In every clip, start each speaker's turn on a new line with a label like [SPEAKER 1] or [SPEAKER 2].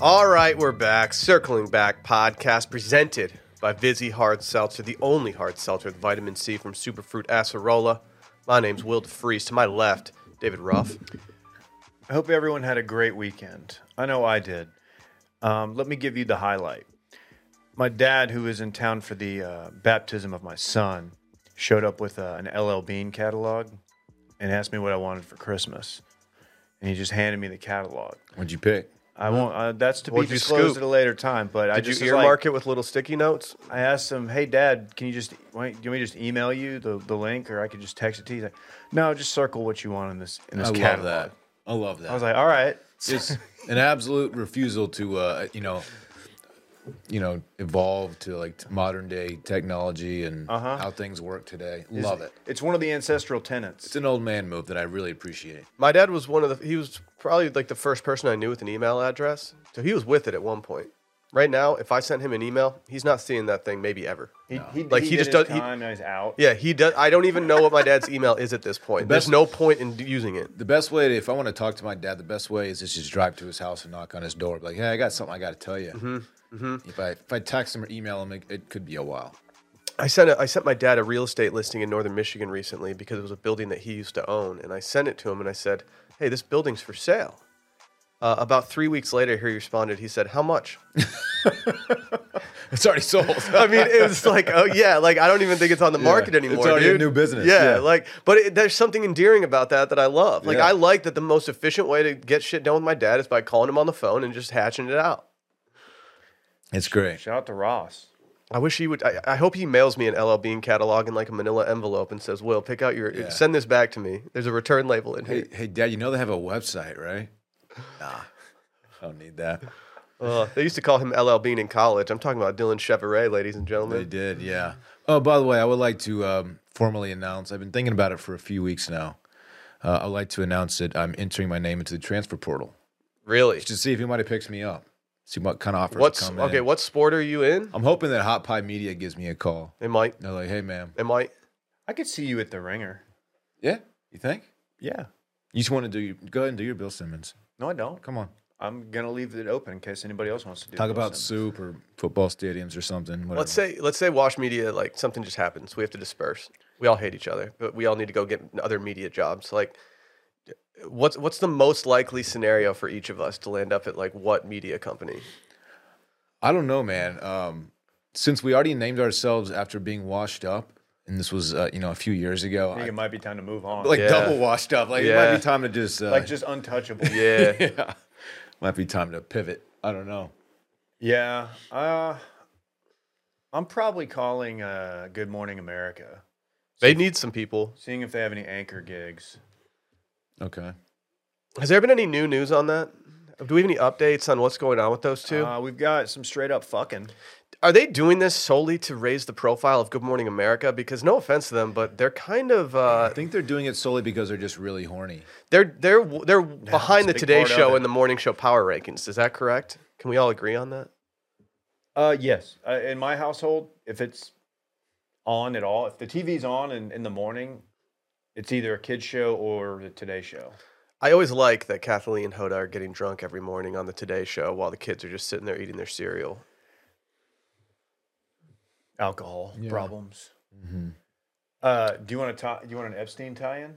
[SPEAKER 1] All right, we're back. Circling Back podcast presented by Vizzy Hard Seltzer, the only hard seltzer with vitamin C from Superfruit Acerola. My name's Will DeFreeze. To my left, David Ruff.
[SPEAKER 2] I hope everyone had a great weekend. I know I did. Um, let me give you the highlight. My dad, who is in town for the uh, baptism of my son, showed up with uh, an LL Bean catalog and asked me what I wanted for Christmas. And he just handed me the catalog.
[SPEAKER 3] What'd you pick?
[SPEAKER 2] I won't. Uh, that's to be
[SPEAKER 1] What'd you
[SPEAKER 2] disclosed
[SPEAKER 1] scoop?
[SPEAKER 2] at a later time. But I
[SPEAKER 1] Did
[SPEAKER 2] just
[SPEAKER 1] you
[SPEAKER 2] was like,
[SPEAKER 1] earmark it with little sticky notes?
[SPEAKER 2] I asked him, "Hey, Dad, can you just e, why- do you want me to just email you the, the link, or I could just text it to you?" He's like, "No, just circle what you want in this in this
[SPEAKER 3] I love
[SPEAKER 2] catalog."
[SPEAKER 3] that. I love that.
[SPEAKER 2] I was like, "All right,
[SPEAKER 3] just an absolute refusal to, uh, you know, you know, evolve to like t- modern day technology and
[SPEAKER 2] Uh-huh.
[SPEAKER 3] how things work today. Love it.
[SPEAKER 2] It's one of the ancestral tenets.
[SPEAKER 3] It's an old man move that I really appreciate.
[SPEAKER 1] My dad was one of the. He was probably like the first person I knew with an email address. So he was with it at one point. Right now, if I sent him an email, he's not seeing that thing maybe ever.
[SPEAKER 2] He, he,
[SPEAKER 1] Like, he
[SPEAKER 2] did
[SPEAKER 1] just
[SPEAKER 2] his
[SPEAKER 1] does- he-
[SPEAKER 2] time. now he's out.
[SPEAKER 1] Yeah, he does. I don't even know what my dad's email is at this point. There's
[SPEAKER 3] best-
[SPEAKER 1] no point in using it.
[SPEAKER 3] The best way, to, if I want to talk to my dad, the best way is to just drive to his house and knock on his door, be like, "Hey, I got something I got to tell you."
[SPEAKER 2] Mm-hmm,
[SPEAKER 3] If I if I text him or email him, it, it could be a while.
[SPEAKER 1] I sent a, I sent my dad a real estate listing in northern Michigan recently because it was a building that he used to own, and I sent it to him and I said, "Hey, this building's for sale." Uh, about three weeks later, he responded. He said, "How much?"
[SPEAKER 3] It's already sold.
[SPEAKER 1] I mean, it was like, oh yeah, like I don't even think it's on the market
[SPEAKER 3] it's
[SPEAKER 1] anymore.
[SPEAKER 3] already a
[SPEAKER 1] dude.
[SPEAKER 3] new business,
[SPEAKER 1] Yeah,
[SPEAKER 3] yeah.
[SPEAKER 1] like, but it, there's something endearing about that that I love. Like,
[SPEAKER 3] Yeah.
[SPEAKER 1] I like that the most efficient way to get shit done with my dad is by calling him on the phone and just hatching it out.
[SPEAKER 3] it's great.
[SPEAKER 2] Shout out to Ross.
[SPEAKER 1] I wish he would. I, I hope he mails me an LL Bean catalog in like a Manila envelope and says, "Will, pick out your,
[SPEAKER 3] Yeah.
[SPEAKER 1] send this back to me." There's a return label in
[SPEAKER 3] Hey,
[SPEAKER 1] here.
[SPEAKER 3] hey, Dad, you know they have a website, right? Nah, I don't need that.
[SPEAKER 1] Uh, they used to call him LL Bean in college. I'm talking about Dylan Chevrolet, ladies and
[SPEAKER 3] They
[SPEAKER 1] gentlemen.
[SPEAKER 3] did, yeah. Oh, by the way, I would like to um, formally announce. I've been thinking about it for a few weeks now. Uh, I'd like to announce that I'm entering my name into the transfer portal
[SPEAKER 1] Really?
[SPEAKER 3] to see if anybody picks me up. See what kind of offers
[SPEAKER 1] What's
[SPEAKER 3] come
[SPEAKER 1] okay?
[SPEAKER 3] in.
[SPEAKER 1] What sport are you in?
[SPEAKER 3] I'm hoping that Hot Pie Media gives me a call.
[SPEAKER 1] They might.
[SPEAKER 3] They're like, "Hey, ma'am,
[SPEAKER 1] They might.
[SPEAKER 2] I could see you at the ringer.
[SPEAKER 3] yeah, you think
[SPEAKER 2] Yeah.
[SPEAKER 3] you just want to do? Your, go ahead and do your Bill Simmons.
[SPEAKER 2] No, I don't.
[SPEAKER 3] Come on,
[SPEAKER 2] I'm gonna leave it open in case anybody else wants to do
[SPEAKER 3] talk
[SPEAKER 2] it.
[SPEAKER 3] about
[SPEAKER 2] Listen.
[SPEAKER 3] soup or football stadiums or something. Whatever.
[SPEAKER 1] Let's say let's say Wash Media like something just happens. We have to disperse. We all hate each other, but we all need to go get other media jobs. Like, what's what's the most likely scenario for each of us to land up at like what media company?
[SPEAKER 3] I don't know, man. Um, since we already named ourselves after being washed up, and this was uh, you know a few years ago,
[SPEAKER 2] I think
[SPEAKER 3] I-
[SPEAKER 2] it might be time to move on.
[SPEAKER 3] like
[SPEAKER 1] Yeah.
[SPEAKER 3] double washed up. Like it might
[SPEAKER 1] Yeah.
[SPEAKER 3] be time to just uh,
[SPEAKER 2] like just untouchable.
[SPEAKER 1] Yeah.
[SPEAKER 3] yeah, might be time to pivot. I don't know.
[SPEAKER 2] Yeah. Uh, I'm probably calling uh, Good Morning America,
[SPEAKER 1] They need some people.
[SPEAKER 2] seeing if they have any anchor gigs.
[SPEAKER 3] Okay,
[SPEAKER 1] Has there been any new news on that? Do we have any updates on what's going on with those two?
[SPEAKER 2] Uh, we've got some straight up fucking.
[SPEAKER 1] Are they doing this solely to raise the profile of Good Morning America? Because no offense to them, but they're kind of uh,
[SPEAKER 3] I think they're doing it solely because they're just really horny.
[SPEAKER 1] they're they're they're behind the
[SPEAKER 2] big
[SPEAKER 1] Today
[SPEAKER 2] part of
[SPEAKER 1] Show
[SPEAKER 2] it.
[SPEAKER 1] and the Morning Show power rankings. Is that correct? Can we all agree on that?
[SPEAKER 2] Uh, yes. Uh, in my household, if it's on at all, if the TV's on in, in the morning, it's either a kids show or the Today Show.
[SPEAKER 1] I always like that Kathleen and Hoda are getting drunk every morning on the Today Show while the kids are just sitting there eating their cereal.
[SPEAKER 2] Alcohol
[SPEAKER 3] Yeah.
[SPEAKER 2] problems.
[SPEAKER 3] Mm-hmm.
[SPEAKER 2] Uh, do you want to tie? Do you want an Epstein tie-in?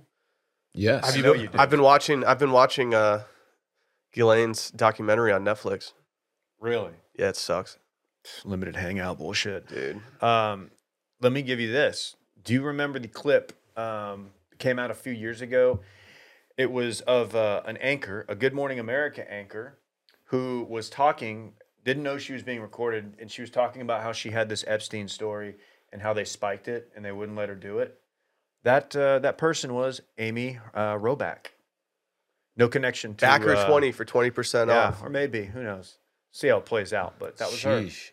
[SPEAKER 3] Yes,
[SPEAKER 2] Have
[SPEAKER 1] I've
[SPEAKER 2] you-
[SPEAKER 1] been,
[SPEAKER 2] know did.
[SPEAKER 1] I've been watching I've been watching uh, Ghislaine's documentary on Netflix.
[SPEAKER 2] Really?
[SPEAKER 1] Yeah, it sucks,
[SPEAKER 2] Limited hangout bullshit.
[SPEAKER 1] dude.
[SPEAKER 2] Um, let me give you this. Do you remember the clip um, came out a few years ago? It was of uh, an anchor, a Good Morning America anchor, who was talking, didn't know she was being recorded, and she was talking about how she had this Epstein story and how they spiked it and they wouldn't let her do it. That uh, that person was Amy uh, Roback. No connection to
[SPEAKER 1] Back her
[SPEAKER 2] uh,
[SPEAKER 1] twenty for twenty percent
[SPEAKER 2] yeah,
[SPEAKER 1] off.
[SPEAKER 2] or maybe who knows? See how it plays out. But that was her.
[SPEAKER 3] Sheesh.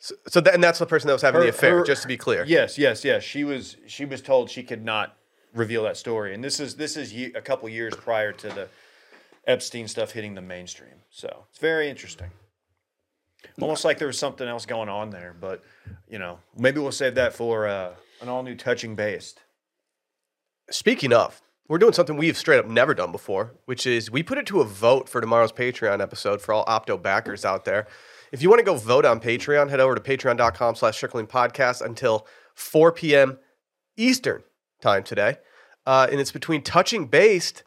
[SPEAKER 1] So, so that, and that's the person that was having the
[SPEAKER 2] Her-
[SPEAKER 1] affair.
[SPEAKER 2] her-
[SPEAKER 1] just to be clear,
[SPEAKER 2] Yes, yes, yes. She was she was told she could not reveal that story, and this is this is ye- a couple years prior to the Epstein stuff hitting the mainstream. So it's very interesting. Almost like there was something else going on there, but you know, maybe we'll save that for uh, an all new touching based.
[SPEAKER 1] Speaking of, We're doing something we've straight up never done before, which is we put it to a vote for tomorrow's Patreon episode for all opto backers out there. If you want to go vote on Patreon, head over to patreon.com slash circling podcast until 4 p.m. Eastern time today. Uh, and it's between Touching Based,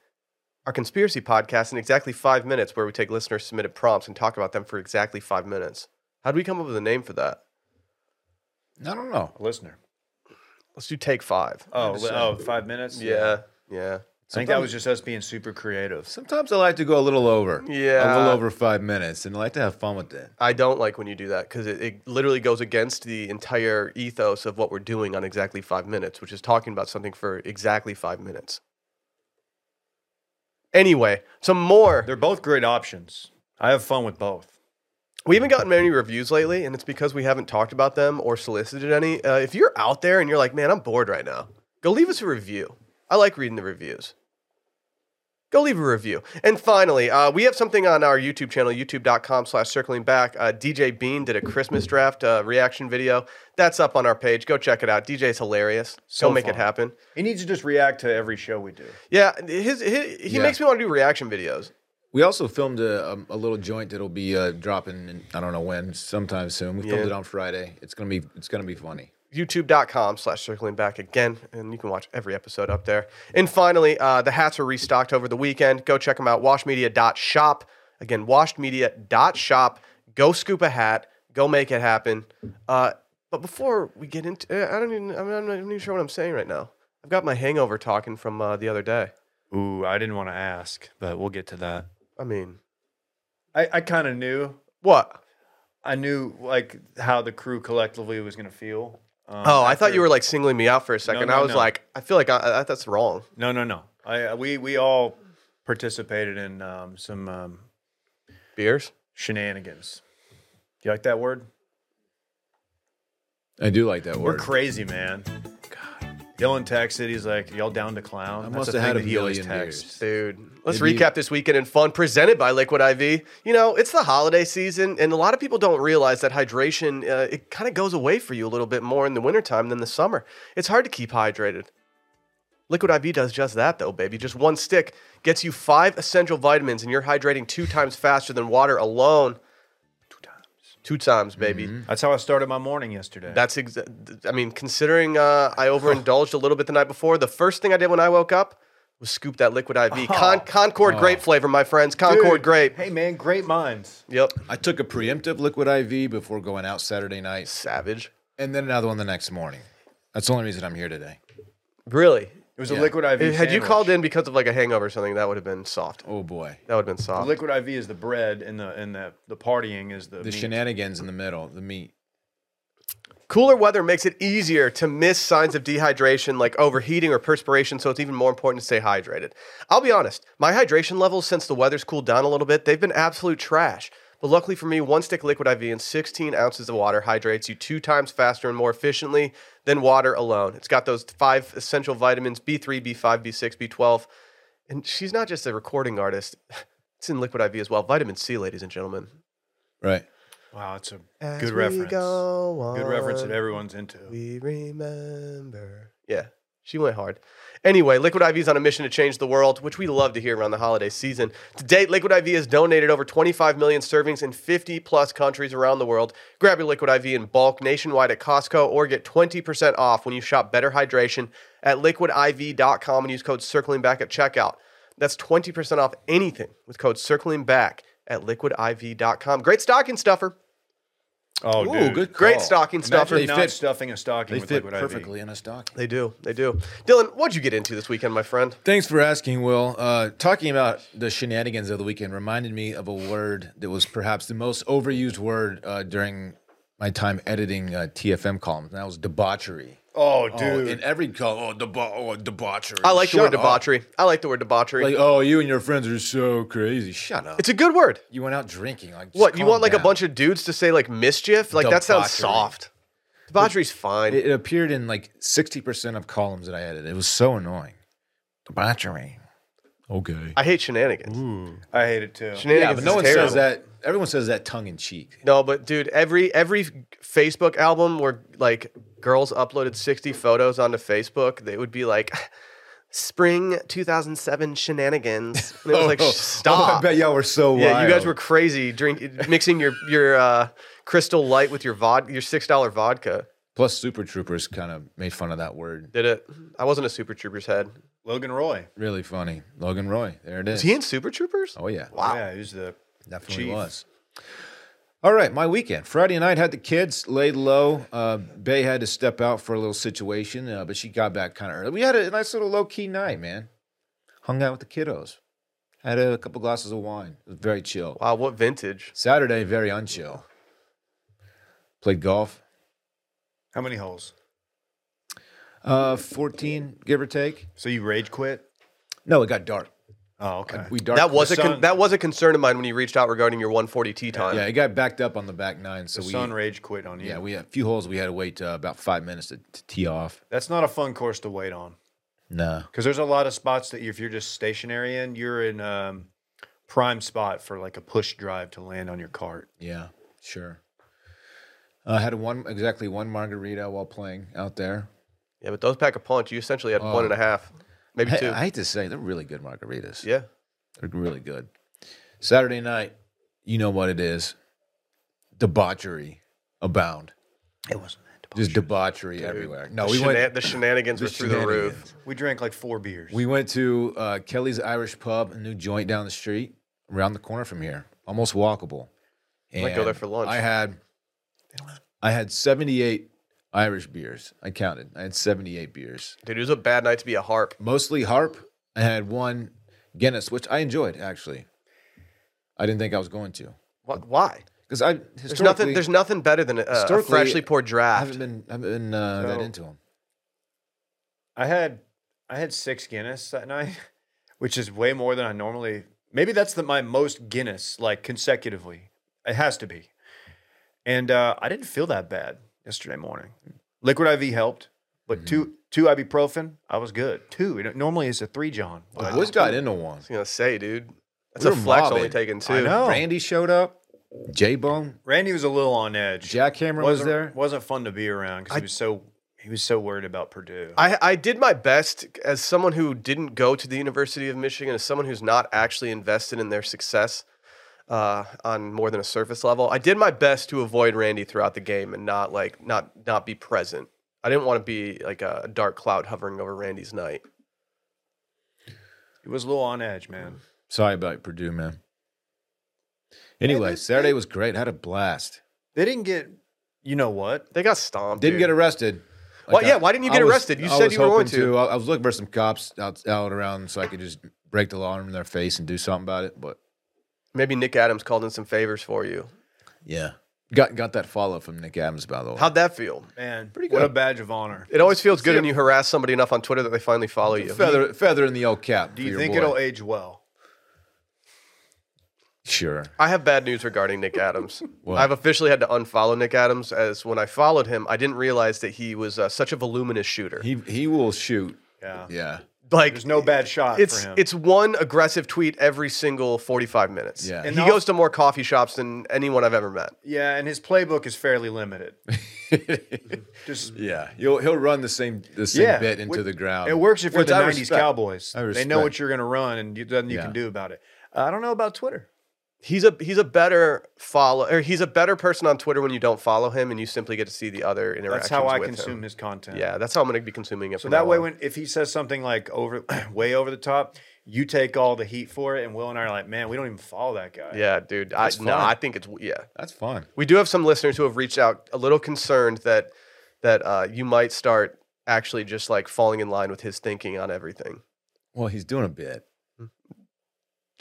[SPEAKER 1] our conspiracy podcast, and Exactly Five Minutes, where we take listener submitted prompts and talk about them for exactly five minutes. How do we come up with a name for that?
[SPEAKER 3] I don't know.
[SPEAKER 2] A listener.
[SPEAKER 1] Let's do Take Five.
[SPEAKER 2] Oh, li- oh, five minutes.
[SPEAKER 1] Yeah. Yeah.
[SPEAKER 2] I think that was just us being super creative.
[SPEAKER 3] Sometimes I like to go a little over.
[SPEAKER 1] Yeah.
[SPEAKER 3] A little over five minutes, and I like to have fun with that.
[SPEAKER 1] I don't like when you do that because it, it literally goes against the entire ethos of what we're doing on exactly five minutes, which is talking about something for exactly five minutes. Anyway, some more.
[SPEAKER 2] They're both great options. I have fun with both.
[SPEAKER 1] We haven't gotten many reviews lately, and it's because we haven't talked about them or solicited any. Uh, if you're out there and you're like, man, I'm bored right now, go leave us a review. I like reading the reviews. Go leave a review. And finally, uh, we have something on our YouTube channel, youtube.com slash circling back. Uh, DJ Bean did a Christmas draft uh, reaction video. That's up on our page. Go check it out. DJ's hilarious.
[SPEAKER 2] So
[SPEAKER 1] go make
[SPEAKER 2] fun.
[SPEAKER 1] it happen.
[SPEAKER 2] He needs to just react to every show we do.
[SPEAKER 1] Yeah, his, his, he
[SPEAKER 3] Yeah.
[SPEAKER 1] makes me want to do reaction videos.
[SPEAKER 3] We also filmed a, um, a, a little joint that'll be uh, dropping. In, I don't know when, sometime soon. We filmed
[SPEAKER 1] Yeah.
[SPEAKER 3] it on Friday. It's gonna be it's gonna be funny.
[SPEAKER 1] youtube.com slash circling back again and you can watch every episode up there and finally uh, the hats were restocked over the weekend go check them out washmedia.shop again washedmedia.shop go scoop a hat go make it happen uh, but before we get into uh, i don't even I'm, I'm not even sure what i'm saying right now i've got my hangover talking from uh, the other day
[SPEAKER 2] Ooh, I didn't want to ask, but we'll get to that.
[SPEAKER 1] i mean
[SPEAKER 2] I, I kind of knew.
[SPEAKER 1] what
[SPEAKER 2] I knew like how the crew collectively was going to feel. Um,
[SPEAKER 1] oh i thought
[SPEAKER 2] after-
[SPEAKER 1] you were like singling me out for a second
[SPEAKER 2] no,
[SPEAKER 1] i was
[SPEAKER 2] no.
[SPEAKER 1] like i feel like I, I, that's wrong
[SPEAKER 2] No, no, no. I I- we we all participated in um, some um,
[SPEAKER 1] beers
[SPEAKER 2] shenanigans. You like that word?
[SPEAKER 3] I do like that
[SPEAKER 2] We're
[SPEAKER 3] word.
[SPEAKER 2] crazy, man. God. Dylan texted. He's like, "Y'all down to clown?"
[SPEAKER 3] I must have had a million
[SPEAKER 1] Dude, let's
[SPEAKER 3] Maybe-
[SPEAKER 1] recap this weekend in fun presented by Liquid IV. You know, it's the holiday season, and a lot of people don't realize that hydration, uh, it kind of goes away for you a little bit more in the wintertime than the summer. It's hard to keep hydrated. Liquid IV does just that, though, baby. Just one stick gets you five essential vitamins, and you're hydrating two times faster than water alone. Two times, baby.
[SPEAKER 2] That's how I started my morning yesterday.
[SPEAKER 1] That's exa- I mean, considering uh, I overindulged a little bit the night before, the first thing I did when I woke up was scoop that liquid IV. Con- Concord grape flavor, my friends.
[SPEAKER 2] Oh. Dude,
[SPEAKER 1] Concord grape.
[SPEAKER 2] Hey, man, great minds.
[SPEAKER 1] Yep.
[SPEAKER 3] I took a preemptive liquid IV before going out Saturday night,
[SPEAKER 1] Savage.
[SPEAKER 3] and then another one the next morning. That's the only reason I'm here today.
[SPEAKER 1] Really?
[SPEAKER 2] It was a liquid
[SPEAKER 1] Had
[SPEAKER 2] IV.
[SPEAKER 1] you
[SPEAKER 2] sandwich.
[SPEAKER 1] called in because of like a hangover or something, that would have been soft.
[SPEAKER 3] Oh boy,
[SPEAKER 1] That would have been soft.
[SPEAKER 2] liquid IV is the bread, and the and the the partying is the,
[SPEAKER 3] the
[SPEAKER 2] meat.
[SPEAKER 3] shenanigans in the middle, the meat.
[SPEAKER 1] Cooler weather makes it easier to miss signs of dehydration like overheating or perspiration, so it's even more important to stay hydrated. I'll be honest, my hydration levels since the weather's cooled down a little bit, they've been absolute trash. But luckily for me, one stick liquid IV and 16 ounces of water hydrates you two times faster and more efficiently than water alone. It's got those five essential vitamins B3, B5, B6, B12. And she's not just a recording artist, it's in liquid IV as well. Vitamin C, ladies and gentlemen.
[SPEAKER 3] Right.
[SPEAKER 2] Wow, it's a
[SPEAKER 1] As
[SPEAKER 2] good
[SPEAKER 1] we
[SPEAKER 2] reference.
[SPEAKER 1] go
[SPEAKER 2] Good reference that
[SPEAKER 1] on.
[SPEAKER 2] everyone's into.
[SPEAKER 1] Uh, We remember. Yeah, she went hard. Anyway, Liquid IV is on a mission to change the world, which we love to hear around the holiday season. To date, Liquid IV has donated over 25 million servings in 50 plus countries around the world. Grab your Liquid IV in bulk nationwide at Costco or get 20% off when you shop Better Hydration at liquidiv.com and use code circling back at checkout. That's 20% off anything with code circling back at liquidiv.com. Great stocking stuffer.
[SPEAKER 2] Oh,
[SPEAKER 3] Ooh,
[SPEAKER 2] dude.
[SPEAKER 3] good
[SPEAKER 1] Great
[SPEAKER 3] call.
[SPEAKER 1] stocking stuffer.
[SPEAKER 2] Imagine
[SPEAKER 3] They
[SPEAKER 2] not
[SPEAKER 3] fit-
[SPEAKER 2] stuffing a stocking
[SPEAKER 3] They
[SPEAKER 2] with
[SPEAKER 3] fit
[SPEAKER 2] liquid IV.
[SPEAKER 3] perfectly in a stocking.
[SPEAKER 1] They do. They do. Dylan, what'd you get into this weekend, my friend?
[SPEAKER 3] Thanks for asking, Will. Uh, talking about the shenanigans of the weekend reminded me of a word that was perhaps the most overused word uh, during my time editing uh, TFM columns, and that was debauchery.
[SPEAKER 2] Oh,
[SPEAKER 3] Oh,
[SPEAKER 2] dude.
[SPEAKER 3] in every column, oh, deba- oh, debauchery.
[SPEAKER 1] I like the
[SPEAKER 3] Shut
[SPEAKER 1] word
[SPEAKER 3] up.
[SPEAKER 1] debauchery. I like the word debauchery.
[SPEAKER 3] Like, oh, you and your friends are so crazy. Shut up.
[SPEAKER 1] it's a good word.
[SPEAKER 3] you went out drinking. Like, just
[SPEAKER 1] What you
[SPEAKER 3] calm
[SPEAKER 1] want? Like a
[SPEAKER 3] down.
[SPEAKER 1] bunch of dudes to say like mischief? Like that sounds
[SPEAKER 3] Debauchery.
[SPEAKER 1] soft. Debauchery's fine.
[SPEAKER 3] It, it appeared in like sixty percent of columns that I edited. It was so annoying. Debauchery. Okay.
[SPEAKER 1] I hate shenanigans.
[SPEAKER 2] I hate it too.
[SPEAKER 1] Shenanigans
[SPEAKER 3] yeah, but no
[SPEAKER 1] is
[SPEAKER 3] one
[SPEAKER 1] terrible.
[SPEAKER 3] says that. Everyone says that tongue in cheek.
[SPEAKER 1] No, but dude, every every Facebook album where like girls uploaded sixty photos onto Facebook, they would be like, spring 2007 shenanigans. And it was like,
[SPEAKER 3] Oh,
[SPEAKER 1] stop.
[SPEAKER 3] I bet y'all were so wild.
[SPEAKER 1] yeah, you guys were crazy drink mixing your your uh, crystal light with your vodka, your six dollar vodka.
[SPEAKER 3] Plus, Super Troopers kind of made fun of that word.
[SPEAKER 1] Did it? I wasn't a Super Troopers head.
[SPEAKER 2] Logan Roy.
[SPEAKER 3] Really funny. Logan Roy. There it
[SPEAKER 1] Is
[SPEAKER 3] is.
[SPEAKER 1] he in Super Troopers?
[SPEAKER 3] oh, yeah.
[SPEAKER 1] Wow.
[SPEAKER 2] Yeah, who's the
[SPEAKER 3] Definitely
[SPEAKER 2] Chief.
[SPEAKER 3] was. All right, my weekend. Friday night had the kids laid low. Uh, Bay had to step out for a little situation, uh, but she got back kind of early. We had a nice little low key night, man. Hung out with the kiddos. Had a couple glasses of wine. It was very chill.
[SPEAKER 1] Wow, what vintage?
[SPEAKER 3] Saturday, very unchill. Played golf.
[SPEAKER 2] how many holes?
[SPEAKER 3] Uh, 14, give or take.
[SPEAKER 2] So you rage quit?
[SPEAKER 3] No, it got dark.
[SPEAKER 2] Oh, okay.
[SPEAKER 3] Uh, We dark.
[SPEAKER 1] that was a
[SPEAKER 2] sun-
[SPEAKER 1] con- that was a concern of mine when you reached out regarding your 140 tee time.
[SPEAKER 3] Yeah, it got backed up on the back nine. So
[SPEAKER 2] the
[SPEAKER 3] we,
[SPEAKER 2] sun rage quit on you.
[SPEAKER 3] yeah, we had a few holes. We had to wait uh, about five minutes to, to tee off.
[SPEAKER 2] That's not a fun course to wait on
[SPEAKER 3] No.
[SPEAKER 2] because there's a lot of spots that you, if you're just stationary in, you're in um, prime spot for like a push drive to land on your cart.
[SPEAKER 3] Yeah, sure. I had one exactly one margarita while playing out there.
[SPEAKER 1] Yeah, but those pack a punch. You essentially had one and a half, maybe
[SPEAKER 3] I,
[SPEAKER 1] two.
[SPEAKER 3] Oh. I hate to say they're really good margaritas.
[SPEAKER 1] yeah.
[SPEAKER 3] They're really good. Saturday night, you know what it is. Debauchery abound.
[SPEAKER 2] It wasn't that
[SPEAKER 3] Just debauchery everywhere. No,
[SPEAKER 1] The
[SPEAKER 3] we
[SPEAKER 1] shena-
[SPEAKER 3] went
[SPEAKER 1] the shenanigans were through the roof.
[SPEAKER 3] shenanigans.
[SPEAKER 2] We drank like four beers.
[SPEAKER 3] We went to uh, Kelly's Irish Pub, a new joint down the street, around the corner from here, almost walkable. And
[SPEAKER 1] Might go there for lunch.
[SPEAKER 3] I had, I had seventy-eight Irish beers. I counted. I had seventy-eight beers,
[SPEAKER 1] Dude, it was a bad night to be a harp.
[SPEAKER 3] mostly harp. I had one Guinness, which I enjoyed actually. I didn't think I was going to
[SPEAKER 1] What, why?
[SPEAKER 3] because I
[SPEAKER 1] There's nothing.
[SPEAKER 3] historically
[SPEAKER 1] There's nothing better than a, a
[SPEAKER 3] historically,
[SPEAKER 1] freshly poured
[SPEAKER 3] I
[SPEAKER 1] draft.
[SPEAKER 3] haven't been I haven't been uh, that
[SPEAKER 2] So-
[SPEAKER 3] into them.
[SPEAKER 2] I had I had six Guinness that night, which is way more than I normally. Maybe that's the, my most Guinness like consecutively. It has to be. And uh, I didn't feel that bad yesterday morning. Liquid IV helped,
[SPEAKER 3] Mm-hmm.
[SPEAKER 2] but two two ibuprofen, I was good. Two. It normally is a three John. but
[SPEAKER 3] I always got into one.
[SPEAKER 1] I was gonna say, dude, that's
[SPEAKER 3] We
[SPEAKER 1] a
[SPEAKER 3] were
[SPEAKER 1] flex only
[SPEAKER 3] mobbing.
[SPEAKER 1] taking two.
[SPEAKER 2] I know.
[SPEAKER 3] Randy showed up. J Bone,
[SPEAKER 2] Randy was a little on edge.
[SPEAKER 3] Jack Hammer was
[SPEAKER 2] wasn't,
[SPEAKER 3] there.
[SPEAKER 2] Wasn't fun to be around because
[SPEAKER 1] I-
[SPEAKER 2] he was so he was so worried about Purdue.
[SPEAKER 1] I, I did my best as someone who didn't go to the University of Michigan, as someone who's not actually invested in their success uh, on more than a surface level. I did my best to avoid Randy throughout the game and not like not not be present. I didn't want to be like a, a dark cloud hovering over Randy's night.
[SPEAKER 2] he was a little on edge,
[SPEAKER 3] Mm.
[SPEAKER 2] man.
[SPEAKER 3] Sorry about Purdue, man. Anyway, Saturday was great. Had a blast.
[SPEAKER 2] They didn't get. You know what?
[SPEAKER 1] They got stomped.
[SPEAKER 3] Didn't
[SPEAKER 1] dude.
[SPEAKER 3] get arrested.
[SPEAKER 1] Well, yeah, why didn't you get arrested? You said
[SPEAKER 3] was
[SPEAKER 1] you were going
[SPEAKER 3] hoping
[SPEAKER 1] to.
[SPEAKER 3] I, I was looking for some cops out, out around so I could just break the law in their face and do something about it. But
[SPEAKER 1] Maybe Nick Adams called in some favors for you.
[SPEAKER 3] yeah, got got that follow from Nick Adams by the way.
[SPEAKER 1] How'd that feel?
[SPEAKER 2] Man,
[SPEAKER 3] Pretty
[SPEAKER 2] What a
[SPEAKER 3] good.
[SPEAKER 2] badge of honor.
[SPEAKER 1] It always feels good when you harass somebody enough on Twitter that they finally follow you.
[SPEAKER 3] feather feather in the old cap.
[SPEAKER 2] Do
[SPEAKER 3] for
[SPEAKER 2] you
[SPEAKER 3] your
[SPEAKER 2] think
[SPEAKER 3] boy.
[SPEAKER 2] it'll age well?
[SPEAKER 3] Sure.
[SPEAKER 1] I have bad news regarding Nick Adams.
[SPEAKER 3] What?
[SPEAKER 1] I've officially had to unfollow Nick Adams as when I followed him, I didn't realize that he was uh, such a voluminous shooter.
[SPEAKER 3] He he will shoot.
[SPEAKER 2] Yeah.
[SPEAKER 3] Yeah.
[SPEAKER 1] like
[SPEAKER 2] There's no bad shot
[SPEAKER 1] it's
[SPEAKER 2] for him.
[SPEAKER 1] it's one aggressive tweet every single 45 minutes.
[SPEAKER 3] Yeah.
[SPEAKER 1] And
[SPEAKER 2] And
[SPEAKER 1] he
[SPEAKER 2] also-
[SPEAKER 1] goes to more coffee shops than anyone I've ever met.
[SPEAKER 2] yeah, and his playbook is fairly limited. Just
[SPEAKER 3] yeah. He'll he'll run the same the same
[SPEAKER 2] yeah,
[SPEAKER 3] bit into
[SPEAKER 2] Wh-
[SPEAKER 3] the ground.
[SPEAKER 2] It works if you're
[SPEAKER 3] Which
[SPEAKER 2] the
[SPEAKER 3] I
[SPEAKER 2] '90s
[SPEAKER 3] respect.
[SPEAKER 2] Cowboys.
[SPEAKER 3] I
[SPEAKER 2] They know what
[SPEAKER 3] respect.
[SPEAKER 2] you're going to run, and you, nothing you
[SPEAKER 3] Yeah.
[SPEAKER 2] can do about it. I don't know about Twitter.
[SPEAKER 1] He's a he's a better follow or he's a better person on Twitter when you don't follow him and you simply get to see the other interactions.
[SPEAKER 2] That's how I
[SPEAKER 1] with
[SPEAKER 2] consume
[SPEAKER 1] him.
[SPEAKER 2] his content.
[SPEAKER 1] Yeah, that's how I'm going to be consuming it.
[SPEAKER 2] So that way, when if he says something like over, way over the top, you take all the heat for it, and Will and I are like, man, we don't even follow that guy.
[SPEAKER 1] yeah, dude, I,
[SPEAKER 3] That's
[SPEAKER 1] no,
[SPEAKER 3] fine.
[SPEAKER 1] I think it's yeah.
[SPEAKER 3] That's fine.
[SPEAKER 1] We do have some listeners who have reached out a little concerned that that uh, you might start actually just like falling in line with his thinking on everything.
[SPEAKER 3] Well, he's doing a bit.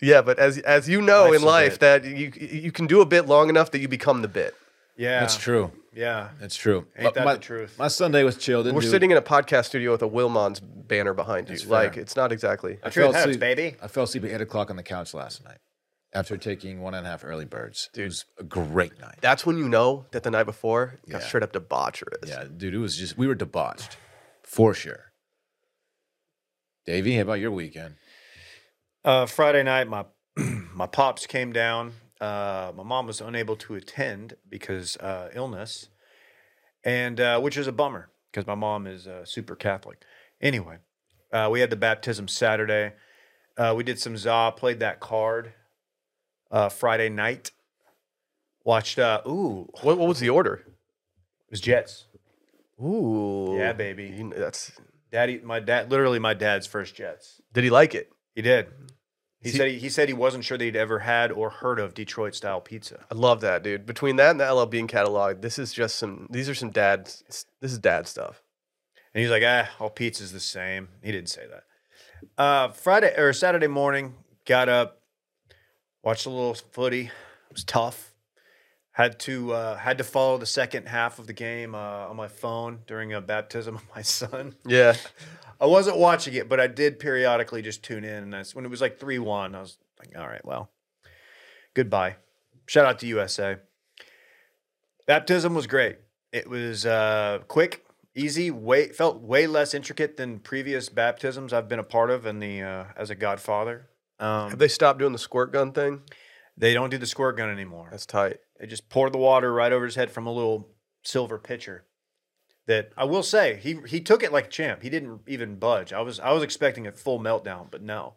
[SPEAKER 1] Yeah, but as as you know
[SPEAKER 2] Life's
[SPEAKER 1] in
[SPEAKER 2] a
[SPEAKER 1] life
[SPEAKER 2] bit.
[SPEAKER 1] that you you can do a bit long enough that you become the bit.
[SPEAKER 2] yeah,
[SPEAKER 3] That's true.
[SPEAKER 2] Yeah,
[SPEAKER 3] That's true.
[SPEAKER 2] ain't that
[SPEAKER 3] my,
[SPEAKER 2] the truth?
[SPEAKER 3] my Sunday was chilled. Didn't
[SPEAKER 1] We're
[SPEAKER 3] do-
[SPEAKER 1] sitting in a podcast studio with a Wilmons banner behind you.
[SPEAKER 3] That's
[SPEAKER 1] Like
[SPEAKER 3] fair.
[SPEAKER 1] it's not exactly.
[SPEAKER 2] The
[SPEAKER 3] I
[SPEAKER 2] truth
[SPEAKER 3] fell
[SPEAKER 2] hurts,
[SPEAKER 3] asleep.
[SPEAKER 2] baby.
[SPEAKER 3] I fell asleep at eight o'clock on the couch last night after taking one and a half early birds. It was a great night.
[SPEAKER 1] That's when you know that the night before got
[SPEAKER 3] Yeah.
[SPEAKER 1] straight up debaucherous.
[SPEAKER 3] Yeah, dude, it was just we were debauched for sure. Davey, how about your weekend?
[SPEAKER 2] Uh, Friday night, my my pops came down. Uh, my mom was unable to attend because uh, illness, and uh, which is a bummer because my mom is uh, super Catholic. Anyway, Uh, we had the baptism Saturday. Uh, we did some za, played that card uh, Friday night. Watched uh, ooh, it
[SPEAKER 1] What, what was the order?
[SPEAKER 2] was Jets.
[SPEAKER 1] Ooh,
[SPEAKER 2] Yeah, baby.
[SPEAKER 1] You kn- that's
[SPEAKER 2] Daddy, my dad, literally my dad's first Jets.
[SPEAKER 1] did he like it?
[SPEAKER 2] He did. He
[SPEAKER 1] Is he-
[SPEAKER 2] said he, he said he wasn't sure that he'd ever had or heard of Detroit style pizza.
[SPEAKER 1] I love that, dude. Between that and the LL Bean catalog, this is just some. These are some dad. This is dad stuff.
[SPEAKER 2] And he's like, ah, all pizza's the same. He didn't say that. Uh, Friday or Saturday morning, got up, watched a little footy. It was tough. Had to uh, had to follow the second half of the game uh, on my phone during a baptism of my son.
[SPEAKER 1] Yeah,
[SPEAKER 2] I wasn't watching it, but I did periodically just tune in. And that's when it was like 3 1, I was like, all right, well, goodbye. Shout out to USA. Baptism was great. It was uh, quick, easy, way felt way less intricate than previous baptisms I've been a part of in the uh, as a godfather. Um,
[SPEAKER 1] have they stopped doing the squirt gun thing?
[SPEAKER 2] they don't do the squirt gun anymore.
[SPEAKER 1] That's tight.
[SPEAKER 2] They just poured the water right over his head from a little silver pitcher. That I will say, he he took it like a champ. He didn't even budge. I was I was expecting a full meltdown, but no.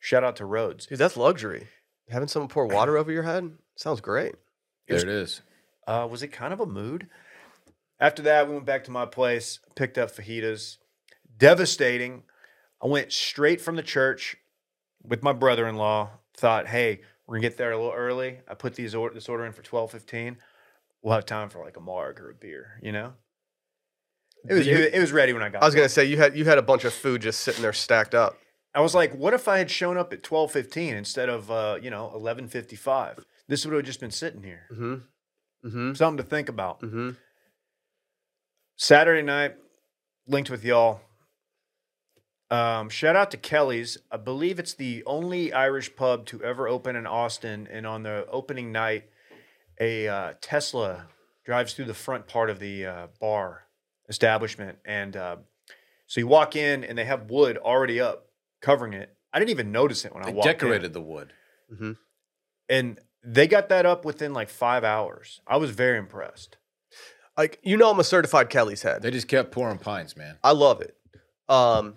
[SPEAKER 2] Shout out to Rhodes.
[SPEAKER 1] Dude, that's luxury. Having someone pour water over your head sounds great.
[SPEAKER 3] There it is.
[SPEAKER 2] Uh, was it kind of a mood? After that, we went back to my place, picked up fajitas. Devastating. I went straight from the church with my brother-in-law. Thought, hey, we're gonna get there a little early. I put these or- this order in for twelve fifteen. We'll have time for like a marg or a beer, you know. It was
[SPEAKER 1] You-
[SPEAKER 2] it, was ready when I got.
[SPEAKER 1] I was
[SPEAKER 2] there.
[SPEAKER 1] gonna say you had you had a bunch of food just sitting there stacked up.
[SPEAKER 2] I was like, what if I had shown up at twelve fifteen instead of uh, you know eleven fifty five? This would have just been sitting here.
[SPEAKER 1] Mm-hmm. Mm-hmm.
[SPEAKER 2] Something to think about.
[SPEAKER 1] Mm-hmm.
[SPEAKER 2] Saturday night, linked with y'all. Um, shout out to Kelly's. I believe it's the only Irish pub to ever open in Austin. And on the opening night, a uh, Tesla drives through the front part of the uh, bar establishment. And uh, so you walk in, and they have wood already up covering it. I didn't even notice it when I
[SPEAKER 3] They
[SPEAKER 2] walked in.
[SPEAKER 3] decorated the wood.
[SPEAKER 2] And they got that up within like five hours. I was very impressed.
[SPEAKER 1] Like you know, I'm a certified Kelly's head.
[SPEAKER 3] They just kept pouring pines, man.
[SPEAKER 1] I love it. Um,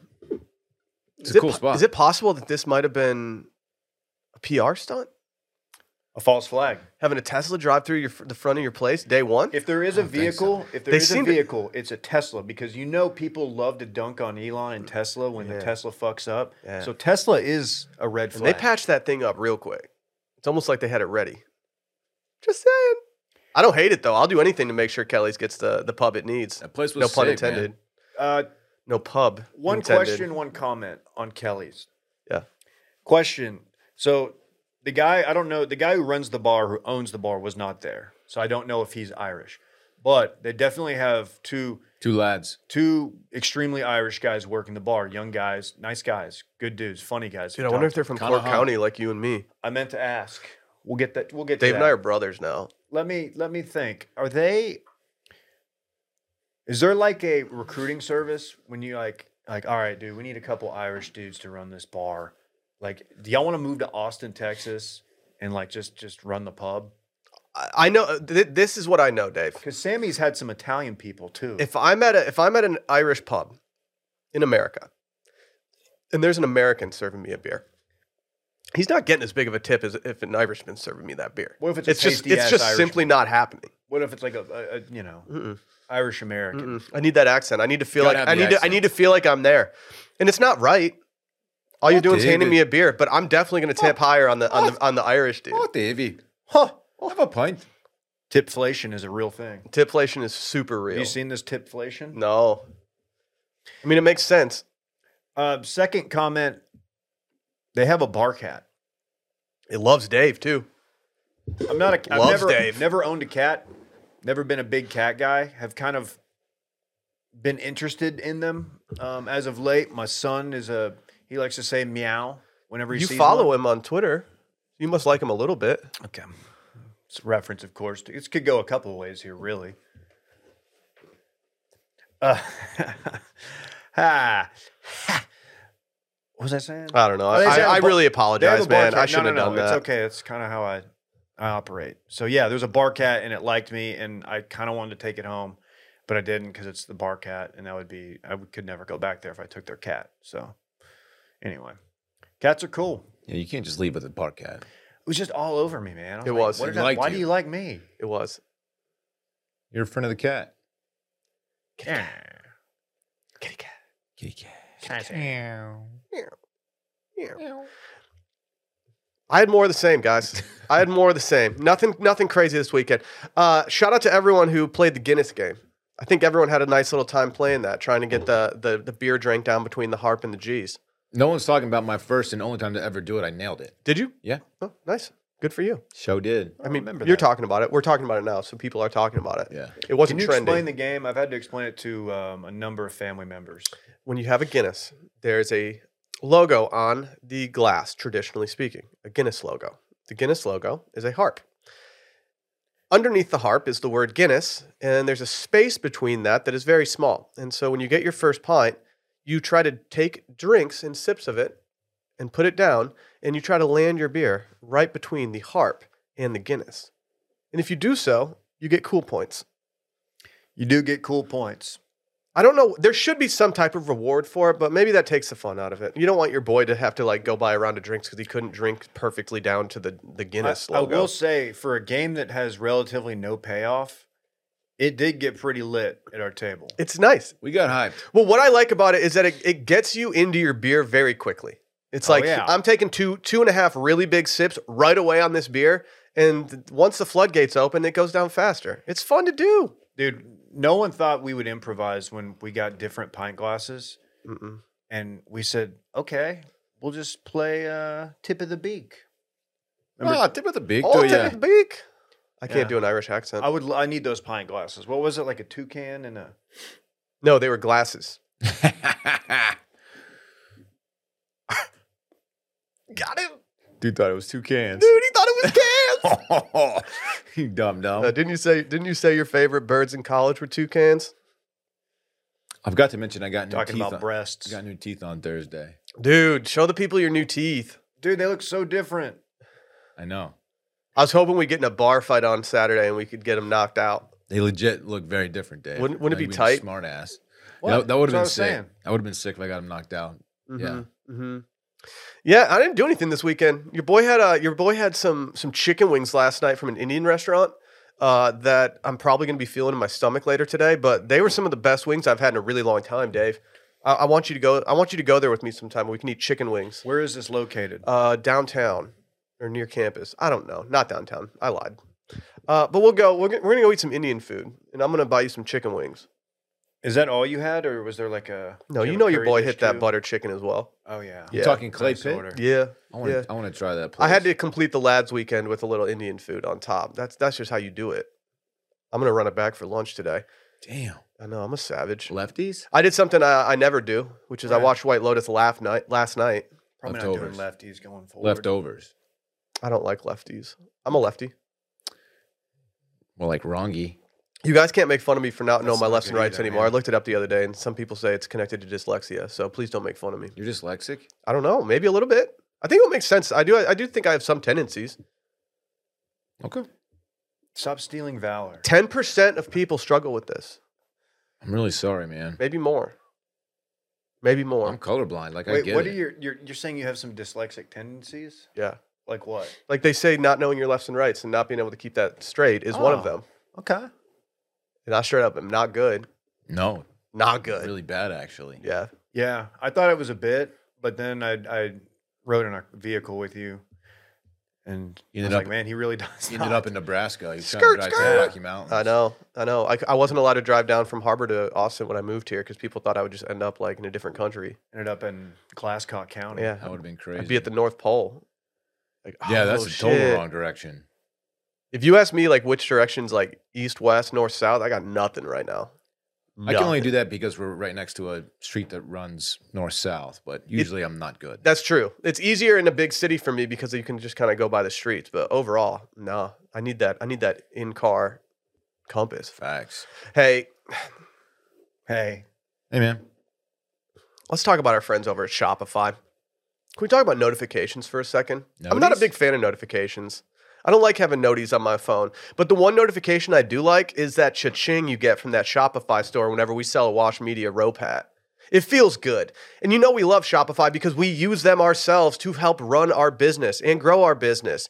[SPEAKER 3] It's
[SPEAKER 1] is
[SPEAKER 3] a
[SPEAKER 1] it
[SPEAKER 3] cool
[SPEAKER 1] po-
[SPEAKER 3] spot.
[SPEAKER 1] Is it possible that this might have been a PR stunt?
[SPEAKER 2] A false flag.
[SPEAKER 1] Having a Tesla drive through your fr- the front of your place day one?
[SPEAKER 2] If there is a
[SPEAKER 3] don't think so.
[SPEAKER 2] vehicle, if there
[SPEAKER 1] They
[SPEAKER 2] is a
[SPEAKER 1] seem to-
[SPEAKER 2] vehicle, it's a Tesla because you know people love to dunk on Elon and Tesla when
[SPEAKER 1] Yeah.
[SPEAKER 2] the Tesla fucks up.
[SPEAKER 1] Yeah.
[SPEAKER 2] So Tesla is a red
[SPEAKER 1] And they
[SPEAKER 2] flag.
[SPEAKER 1] patched that thing up real quick. It's almost like they had it ready. Just saying. I don't hate it though. I'll do anything to make sure Kelly's gets the, the pub it needs.
[SPEAKER 3] That place was
[SPEAKER 1] No pun
[SPEAKER 3] sick, man.
[SPEAKER 1] intended.
[SPEAKER 2] uh,
[SPEAKER 1] No pub.
[SPEAKER 2] one
[SPEAKER 1] intended.
[SPEAKER 2] question, one comment on Kelly's.
[SPEAKER 1] Yeah.
[SPEAKER 2] Question. So the guy, I don't know, the guy who runs the bar, who owns the bar, was not there. So I don't know if he's Irish, but they definitely have two
[SPEAKER 3] Two lads.
[SPEAKER 2] two extremely Irish guys working the bar. Young guys, nice guys, good dudes, funny guys.
[SPEAKER 1] Dude, I wonder if
[SPEAKER 2] Talk-
[SPEAKER 1] they're from
[SPEAKER 3] Kinda
[SPEAKER 1] Clark
[SPEAKER 3] hot.
[SPEAKER 1] County like you and me.
[SPEAKER 2] I meant to ask. We'll get that. We'll get to
[SPEAKER 1] Dave
[SPEAKER 2] that.
[SPEAKER 1] and I are brothers now.
[SPEAKER 2] let me let me think. Are they? Is there like a recruiting service when you like like all right, dude, we need a couple Irish dudes to run this bar. Like, do y'all want to move to Austin, Texas, and like just just run the pub?
[SPEAKER 1] I, I know uh, th- this is what I know, Dave.
[SPEAKER 2] Because Sammy's had some Italian people too.
[SPEAKER 1] If I'm at a if I'm at an Irish pub in America, and there's an American serving me a beer, he's not getting as big of a tip as if an Irishman's serving me that beer.
[SPEAKER 2] what if it's,
[SPEAKER 1] It's
[SPEAKER 2] a
[SPEAKER 1] just
[SPEAKER 2] pasty
[SPEAKER 1] it's
[SPEAKER 2] ass
[SPEAKER 1] just
[SPEAKER 2] Irishman?
[SPEAKER 1] simply not happening.
[SPEAKER 2] What if it's like a, a, a you know
[SPEAKER 1] Mm-mm.
[SPEAKER 2] Irish American?
[SPEAKER 1] Mm-mm. I need that accent. I need to feel
[SPEAKER 3] Gotta
[SPEAKER 1] like
[SPEAKER 3] have
[SPEAKER 1] I
[SPEAKER 3] the
[SPEAKER 1] need to, I
[SPEAKER 3] accent.
[SPEAKER 1] need to feel like I'm there. And it's not right. All you're
[SPEAKER 3] Oh,
[SPEAKER 1] doing is handing
[SPEAKER 3] David.
[SPEAKER 1] me a beer, but I'm definitely going to tip higher on the on the on the Irish dude.
[SPEAKER 3] Oh, Davey.
[SPEAKER 2] Huh?
[SPEAKER 3] I'll have a pint.
[SPEAKER 2] Tipflation is a real thing.
[SPEAKER 1] Tipflation is super real. Mm.
[SPEAKER 2] Have you seen this tipflation?
[SPEAKER 1] No. I mean, it makes sense.
[SPEAKER 2] Uh, second comment. They have a bar cat.
[SPEAKER 1] It loves Dave too.
[SPEAKER 2] I'm not a. I've
[SPEAKER 1] Loves
[SPEAKER 2] never,
[SPEAKER 1] Dave.
[SPEAKER 2] never owned a cat. Never been a big cat guy. Have kind of been interested in them um, as of late. My son is a. He likes to say meow whenever he
[SPEAKER 1] You
[SPEAKER 2] sees
[SPEAKER 1] follow
[SPEAKER 2] one.
[SPEAKER 1] him on Twitter. You must like him a little bit.
[SPEAKER 2] Okay. It's a reference, of course. This could go a couple of ways here, really. Uh, ha, ha. What was I saying?
[SPEAKER 1] I don't know. I,
[SPEAKER 2] they
[SPEAKER 1] I,
[SPEAKER 2] said a bar-
[SPEAKER 1] really
[SPEAKER 2] They have
[SPEAKER 1] apologize,
[SPEAKER 2] a bar
[SPEAKER 1] man.
[SPEAKER 2] cat.
[SPEAKER 1] I shouldn't
[SPEAKER 2] no, no,
[SPEAKER 1] have done
[SPEAKER 2] no.
[SPEAKER 1] that.
[SPEAKER 2] It's okay. It's kind of how I, I operate. So yeah, there was a bar cat and it liked me, and I kind of wanted to take it home, but I didn't because it's the bar cat, and that would be I would, could never go back there if I took their cat. So anyway, cats are cool.
[SPEAKER 3] Yeah, you can't just leave with a park cat.
[SPEAKER 2] It was just all over me, man. I
[SPEAKER 1] It
[SPEAKER 2] like,
[SPEAKER 1] was.
[SPEAKER 2] "What
[SPEAKER 3] He
[SPEAKER 2] did I-
[SPEAKER 3] liked
[SPEAKER 2] why
[SPEAKER 3] you.
[SPEAKER 2] do you like me?
[SPEAKER 1] It was.
[SPEAKER 3] You're a friend of the cat.
[SPEAKER 2] Yeah.
[SPEAKER 1] Kitty cat.
[SPEAKER 3] Kitty cat.
[SPEAKER 1] I had more of the same, guys. I had more of the same. Nothing, nothing crazy this weekend. Uh, shout out to everyone who played the Guinness game. I think everyone had a nice little time playing that, trying to get the the, the beer drank down between the harp and the G's.
[SPEAKER 3] No one's talking about my first and only time to ever do it. I nailed it.
[SPEAKER 1] Did you?
[SPEAKER 3] Yeah.
[SPEAKER 1] Oh, nice. Good for you.
[SPEAKER 3] Show did.
[SPEAKER 1] I mean,
[SPEAKER 2] remember
[SPEAKER 1] you're
[SPEAKER 2] that.
[SPEAKER 1] talking about it. We're talking about it now, so people are talking about it.
[SPEAKER 3] Yeah.
[SPEAKER 1] It
[SPEAKER 2] Can
[SPEAKER 1] wasn't
[SPEAKER 2] you
[SPEAKER 1] trending.
[SPEAKER 2] explain the game? I've had to explain it to um, a number of family members.
[SPEAKER 1] when you have a Guinness, there's a logo on the glass, traditionally speaking, a Guinness logo. The Guinness logo is a harp. Underneath the harp is the word Guinness, and there's a space between that that is very small. And so when you get your first pint, you try to take drinks and sips of it and put it down, and you try to land your beer right between the harp and the Guinness. And if you do so, you get cool points.
[SPEAKER 2] You do get cool points.
[SPEAKER 1] I don't know. There should be some type of reward for it, but maybe that takes the fun out of it. You don't want your boy to have to like go buy a round of drinks because he couldn't drink perfectly down to the the
[SPEAKER 2] I,
[SPEAKER 1] Guinness
[SPEAKER 2] I
[SPEAKER 1] logo.
[SPEAKER 2] will say, for a game that has relatively no payoff, it did get pretty lit at our table.
[SPEAKER 1] It's nice.
[SPEAKER 3] We got hyped.
[SPEAKER 1] Well, what I like about it is that it, it gets you into your beer very quickly. It's
[SPEAKER 2] Oh,
[SPEAKER 1] like
[SPEAKER 2] yeah.
[SPEAKER 1] I'm taking two two and a half really big sips right away on this beer, and th- once the floodgates open, it goes down faster. It's fun to do.
[SPEAKER 2] Dude, no one thought we would improvise when we got different pint glasses.
[SPEAKER 1] Mm-mm.
[SPEAKER 2] And we said, okay, we'll just play uh, Tip of the Beak. Remember,
[SPEAKER 3] Ah, tip of the beak.
[SPEAKER 1] Oh,
[SPEAKER 3] Oh,
[SPEAKER 1] take
[SPEAKER 3] yeah.
[SPEAKER 1] a beak. I can't
[SPEAKER 2] Yeah.
[SPEAKER 1] do an Irish accent.
[SPEAKER 2] I would. I need those pint glasses. What was it like a toucan and a?
[SPEAKER 1] no, they were glasses.
[SPEAKER 3] got him. Dude thought it was two cans.
[SPEAKER 1] Dude, he thought it was cans.
[SPEAKER 3] you dumb dumb.
[SPEAKER 1] Uh, didn't you say? Didn't you say your favorite birds in college were toucans?
[SPEAKER 3] I've got to mention I got new
[SPEAKER 2] Talking
[SPEAKER 3] teeth.
[SPEAKER 2] about
[SPEAKER 3] on,
[SPEAKER 2] breasts,
[SPEAKER 3] got new teeth on Thursday.
[SPEAKER 1] Dude, show the people your new teeth.
[SPEAKER 2] dude. They look so different.
[SPEAKER 3] I know
[SPEAKER 1] I was hoping we'd get in a bar fight on Saturday and we could get them knocked out.
[SPEAKER 3] they legit look very different, Dave.
[SPEAKER 1] Wouldn't- wouldn't it
[SPEAKER 3] Like,
[SPEAKER 1] be
[SPEAKER 3] we were
[SPEAKER 1] tight?
[SPEAKER 3] Smart ass.
[SPEAKER 2] What?
[SPEAKER 3] That, would
[SPEAKER 2] That's what I
[SPEAKER 3] have been
[SPEAKER 2] was
[SPEAKER 3] sick.
[SPEAKER 2] saying.
[SPEAKER 3] I would have been sick if I got him knocked out. Yeah.
[SPEAKER 1] hmm Yeah, I didn't do anything this weekend. Your boy had uh, your boy had some some chicken wings last night from an Indian restaurant uh, that I'm probably going to be feeling in my stomach later today. But they were some of the best wings I've had in a really long time, Dave. I, I want you to go. I want you to go there with me sometime. We can eat chicken wings
[SPEAKER 2] Where is this located?
[SPEAKER 1] uh, downtown or near campus. I don't know. Not downtown. I lied. Uh, but we'll go. We're, g- we're gonna go eat some Indian food, and I'm gonna buy you some chicken wings.
[SPEAKER 2] Is that all you had, or was there like a?
[SPEAKER 1] No,
[SPEAKER 2] did
[SPEAKER 1] you
[SPEAKER 2] have a
[SPEAKER 1] know your
[SPEAKER 2] curry
[SPEAKER 1] boy
[SPEAKER 2] dish
[SPEAKER 1] hit that
[SPEAKER 2] too?
[SPEAKER 1] butter chicken as well.
[SPEAKER 2] Oh yeah.
[SPEAKER 1] Yeah.
[SPEAKER 3] You're talking clay
[SPEAKER 2] Nice
[SPEAKER 3] pit.
[SPEAKER 2] order.
[SPEAKER 1] Yeah,
[SPEAKER 3] I want to.
[SPEAKER 1] Yeah.
[SPEAKER 3] I want to try that. Place.
[SPEAKER 1] I had to complete the lads' weekend with a little Indian food on top. That's that's just how you do it. I'm gonna run it back for lunch today.
[SPEAKER 3] Damn.
[SPEAKER 1] I know I'm a savage.
[SPEAKER 3] Lefties.
[SPEAKER 1] I did something I, I never do, which is I
[SPEAKER 2] Right.
[SPEAKER 1] watched White Lotus laugh night last night.
[SPEAKER 2] Probably
[SPEAKER 3] Leftovers.
[SPEAKER 2] not doing lefties going forward.
[SPEAKER 3] Leftovers.
[SPEAKER 1] I don't like lefties. I'm a lefty.
[SPEAKER 3] Well, like wrongy.
[SPEAKER 1] You guys can't make fun of me for not knowing
[SPEAKER 2] That's
[SPEAKER 1] my
[SPEAKER 2] not
[SPEAKER 1] lefts and
[SPEAKER 2] good
[SPEAKER 1] rights
[SPEAKER 2] either,
[SPEAKER 1] anymore.
[SPEAKER 2] man.
[SPEAKER 1] I looked it up the other day, and some people say it's connected to dyslexia. So please don't make fun of me.
[SPEAKER 3] You're dyslexic.
[SPEAKER 1] I don't know. Maybe a little bit. I think it makes sense. I do. I do think I have some tendencies.
[SPEAKER 3] Okay.
[SPEAKER 2] Stop stealing valor.
[SPEAKER 1] Ten percent of people struggle with this.
[SPEAKER 3] I'm really sorry, man.
[SPEAKER 1] Maybe more. Maybe more.
[SPEAKER 3] I'm colorblind. Like I
[SPEAKER 2] Wait,
[SPEAKER 3] get
[SPEAKER 2] what
[SPEAKER 3] it.
[SPEAKER 2] are your? You're, you're saying you have some dyslexic tendencies?
[SPEAKER 1] yeah.
[SPEAKER 2] Like what?
[SPEAKER 1] Like they say, not knowing your lefts and rights and not being able to keep that straight is one of
[SPEAKER 2] Oh.
[SPEAKER 1] them.
[SPEAKER 2] Okay.
[SPEAKER 1] And I straight up am not good.
[SPEAKER 3] no,
[SPEAKER 1] Not good.
[SPEAKER 3] really bad actually.
[SPEAKER 1] Yeah.
[SPEAKER 2] Yeah, I thought it was a bit, but then I I rode in a vehicle with you, and
[SPEAKER 3] You
[SPEAKER 2] I was
[SPEAKER 3] ended
[SPEAKER 2] like,
[SPEAKER 3] up-
[SPEAKER 2] man, he really does.
[SPEAKER 3] He ended
[SPEAKER 2] not."
[SPEAKER 3] up in Nebraska. He's
[SPEAKER 1] Skirt,
[SPEAKER 3] trying to drive to
[SPEAKER 1] skirt.
[SPEAKER 3] the Rocky Mountains.
[SPEAKER 1] I know. I know. I, c- I wasn't allowed to drive down from Harbor to Austin when I moved here because people thought I would just end up like in a different country.
[SPEAKER 2] ended up in Glasscock County.
[SPEAKER 1] Yeah.
[SPEAKER 3] That would have been crazy.
[SPEAKER 1] I'd be at the North Pole. Like,
[SPEAKER 3] yeah,
[SPEAKER 1] oh,
[SPEAKER 3] that's a total
[SPEAKER 1] shit.
[SPEAKER 3] wrong direction.
[SPEAKER 1] If you ask me, like which directions, like east, west, north, south, I got nothing right now.
[SPEAKER 3] I can only
[SPEAKER 1] Nothing.
[SPEAKER 3] do that because we're right next to a street that runs north south, but usually I'm not good.
[SPEAKER 1] That's true. It's easier in a big city for me because you can just kind of go by the streets. But overall, no, I need that. I need that in car compass.
[SPEAKER 3] Facts.
[SPEAKER 1] Hey,
[SPEAKER 2] Hey,
[SPEAKER 3] Hey man,
[SPEAKER 1] let's talk about our friends over at Shopify. Can we talk about notifications for a second? I'm not a
[SPEAKER 3] Notice?
[SPEAKER 1] big fan of notifications. I don't like having noties on my phone, but the one notification I do like is that cha-ching you get from that Shopify store whenever we sell a Wash Media rope hat. It feels good. And you know we love Shopify because we use them ourselves to help run our business and grow our business.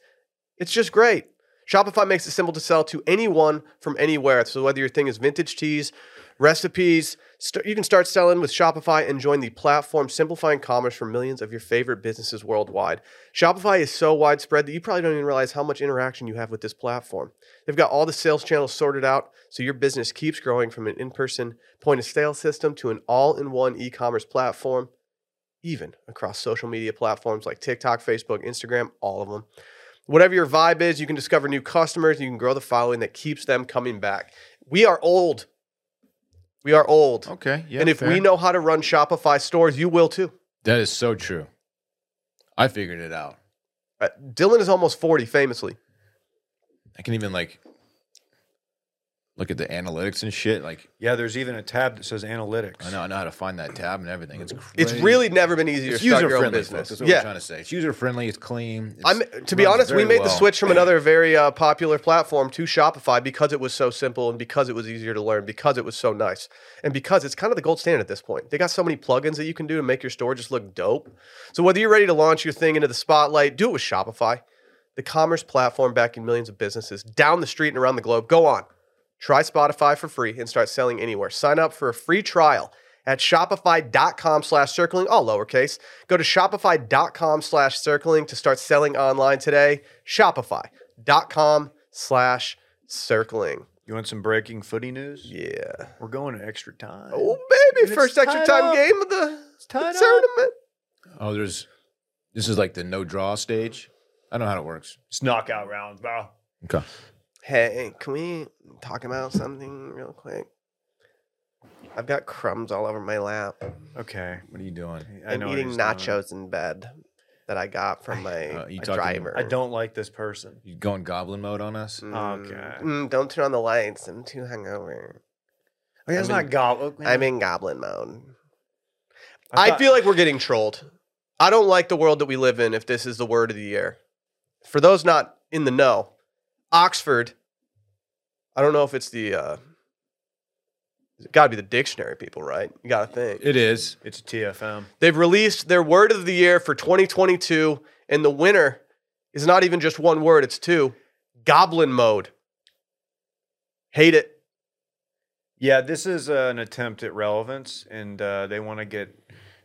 [SPEAKER 1] It's just great. Shopify makes it simple to sell to anyone from anywhere. So whether your thing is vintage teas, recipes, st- you can start selling with Shopify and join the platform simplifying commerce for millions of your favorite businesses worldwide. Shopify is so widespread that you probably don't even realize how much interaction you have with this platform. They've got all the sales channels sorted out so your business keeps growing from an in-person point of sale system to an all-in-one e-commerce platform, even across social media platforms like TikTok, Facebook, Instagram, all of them. Whatever your vibe is, you can discover new customers, you can grow the following that keeps them coming back. We are old. We are old.
[SPEAKER 3] Okay. Oh, Yeah.
[SPEAKER 1] and if we know how to run Shopify stores, you will too.
[SPEAKER 3] that is so true. I figured it out.
[SPEAKER 1] Uh, Dylan is almost 40, famously.
[SPEAKER 3] I can even like look at the analytics and shit. Like
[SPEAKER 2] Yeah, there's even a tab that says analytics.
[SPEAKER 3] I know I know how to find that tab and everything. It's crazy.
[SPEAKER 1] It's really never been easier
[SPEAKER 3] it's
[SPEAKER 1] to start
[SPEAKER 3] user
[SPEAKER 1] your own
[SPEAKER 3] friendly. folks.
[SPEAKER 1] business.
[SPEAKER 3] That's what I'm
[SPEAKER 1] yeah.
[SPEAKER 3] trying to say. It's user friendly. It's clean. It's,
[SPEAKER 1] I'm, to be
[SPEAKER 3] runs
[SPEAKER 1] honest, we
[SPEAKER 3] very
[SPEAKER 1] made the
[SPEAKER 3] well.
[SPEAKER 1] switch from another very uh, popular platform to Shopify because it was so simple and because it was easier to learn, because it was so nice, and because it's kind of the gold standard at this point. They got so many plugins that you can do to make your store just look dope. So whether you're ready to launch your thing into the spotlight, do it with Shopify, the commerce platform backing millions of businesses down the street and around the globe. Go on, try Spotify for free and start selling anywhere. Sign up for a free trial at shopify.com slash circling all lowercase go to shopify.com slash circling to start selling online today shopify.com slash circling
[SPEAKER 2] You want some breaking footy news?
[SPEAKER 1] yeah
[SPEAKER 2] We're going to extra time.
[SPEAKER 1] oh baby
[SPEAKER 2] And it's
[SPEAKER 1] first extra
[SPEAKER 2] tied
[SPEAKER 1] time
[SPEAKER 2] up.
[SPEAKER 1] game of the,
[SPEAKER 2] It's
[SPEAKER 1] the
[SPEAKER 2] tied up.
[SPEAKER 1] tournament
[SPEAKER 3] Oh, there's. This is like the no draw stage. I don't know how it works.
[SPEAKER 2] It's knockout rounds, bro.
[SPEAKER 3] Okay.
[SPEAKER 1] hey can we talk about something real quick i've got crumbs all over my lap
[SPEAKER 2] Okay.
[SPEAKER 3] What are you doing?
[SPEAKER 2] I
[SPEAKER 1] i'm
[SPEAKER 2] know what
[SPEAKER 1] eating
[SPEAKER 2] he's doing.
[SPEAKER 1] nachos in bed that i got from my
[SPEAKER 3] Uh, you
[SPEAKER 1] my
[SPEAKER 3] talking-
[SPEAKER 1] driver
[SPEAKER 2] I don't like this person.
[SPEAKER 3] You going goblin mode on us?
[SPEAKER 1] Mm,
[SPEAKER 2] Okay.
[SPEAKER 1] mm, don't turn on the lights i'm too hungover
[SPEAKER 2] I mean,
[SPEAKER 1] that's not
[SPEAKER 2] goblin.
[SPEAKER 1] i'm in goblin mode I feel like we're getting trolled. I don't like the world that we live in if this is the word of the year. For those not in the know, Oxford, I don't know if it's the, uh, it's got to be the dictionary people, right? You got to think.
[SPEAKER 3] It is.
[SPEAKER 2] it's a TFM.
[SPEAKER 1] They've released their word of the year for 2022, and the winner is not even just one word, it's two Goblin Mode. Hate it.
[SPEAKER 2] Yeah, this is uh, an attempt at relevance, and uh, they want to get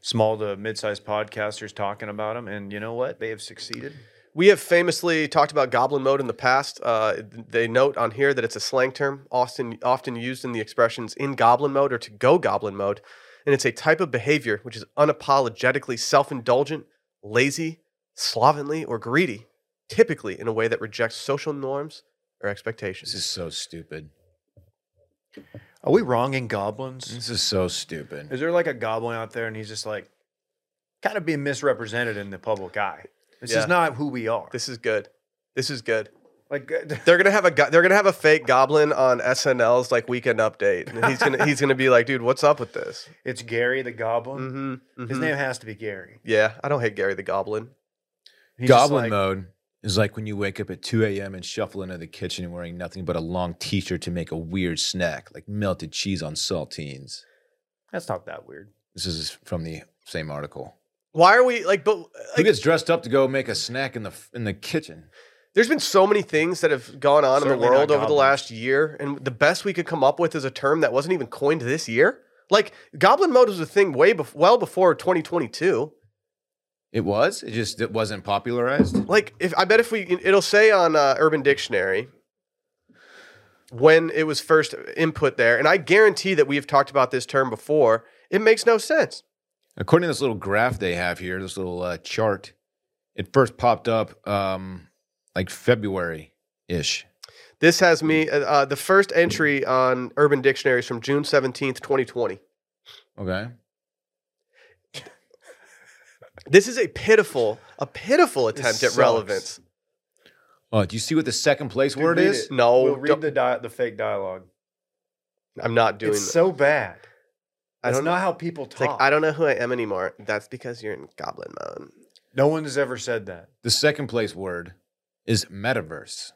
[SPEAKER 2] small to mid-sized podcasters talking about them. And you know what? They have succeeded.
[SPEAKER 1] We have famously talked about goblin mode in the past. Uh, they note on here that it's a slang term often often used in the expressions in goblin mode or to go goblin mode, and it's a type of behavior which is unapologetically self-indulgent, lazy, slovenly, or greedy, typically in a way that rejects social norms or expectations.
[SPEAKER 3] This is so stupid.
[SPEAKER 2] Are we wrong in goblins?
[SPEAKER 3] This is so stupid.
[SPEAKER 2] Mm. Is there like a goblin out there, and he's just like kind of being misrepresented in the public eye? This
[SPEAKER 1] Yeah.
[SPEAKER 2] is not who we are.
[SPEAKER 1] this is good. This is good.
[SPEAKER 2] like, uh,
[SPEAKER 1] They're gonna have a go- they're gonna have a fake goblin on SNL's like weekend update, and he's gonna he's gonna be like, dude, what's up with this?
[SPEAKER 2] it's Gary the goblin.
[SPEAKER 1] Mm-hmm,
[SPEAKER 2] His name has to be Gary.
[SPEAKER 1] Yeah, I don't hate Gary the Goblin.
[SPEAKER 2] He's just
[SPEAKER 3] goblin
[SPEAKER 2] like,
[SPEAKER 3] mode is like when you wake up at 2 a.m. and shuffle into the kitchen and wearing nothing but a long t-shirt to make a weird snack, like melted cheese on saltines.
[SPEAKER 2] That's not that weird.
[SPEAKER 3] This is from the same article.
[SPEAKER 1] Why are we like? But uh,
[SPEAKER 3] Who
[SPEAKER 1] like,
[SPEAKER 3] gets dressed up to go make a snack in the in the kitchen?
[SPEAKER 1] there's been so many things that have gone on in the
[SPEAKER 2] Certainly not
[SPEAKER 1] world over the
[SPEAKER 2] goblins.
[SPEAKER 1] last year, and the best we could come up with is a term that wasn't even coined this year. Like Goblin Mode was a thing way bef- well before 2022.
[SPEAKER 3] It was. It just it wasn't popularized.
[SPEAKER 1] Like if I bet if we, it'll say on uh, Urban Dictionary when it was first input there, and I guarantee that we have talked about this term before. It makes no sense.
[SPEAKER 3] According to this little graph they have here, this little uh, chart, it first popped up um, like February ish.
[SPEAKER 1] This has me uh, uh, the first entry on Urban Dictionary is from June 17th, 2020.
[SPEAKER 3] Okay.
[SPEAKER 1] This is a pitiful, a pitiful
[SPEAKER 2] This
[SPEAKER 1] attempt at
[SPEAKER 2] sucks.
[SPEAKER 1] relevance.
[SPEAKER 3] Oh, do you see what the second place
[SPEAKER 2] Dude,
[SPEAKER 3] word
[SPEAKER 2] read
[SPEAKER 3] is?
[SPEAKER 2] it.
[SPEAKER 1] No,
[SPEAKER 2] we'll
[SPEAKER 1] Oh, don't-
[SPEAKER 2] read the di- the fake dialogue.
[SPEAKER 1] I'm not doing.
[SPEAKER 2] it's
[SPEAKER 1] that.
[SPEAKER 2] so bad.
[SPEAKER 1] I don't
[SPEAKER 2] know
[SPEAKER 1] know.
[SPEAKER 2] how people
[SPEAKER 1] It's
[SPEAKER 2] talk.
[SPEAKER 1] like I don't know who I am anymore. That's because you're in goblin mode.
[SPEAKER 2] No one has ever said that.
[SPEAKER 3] The second place word is metaverse.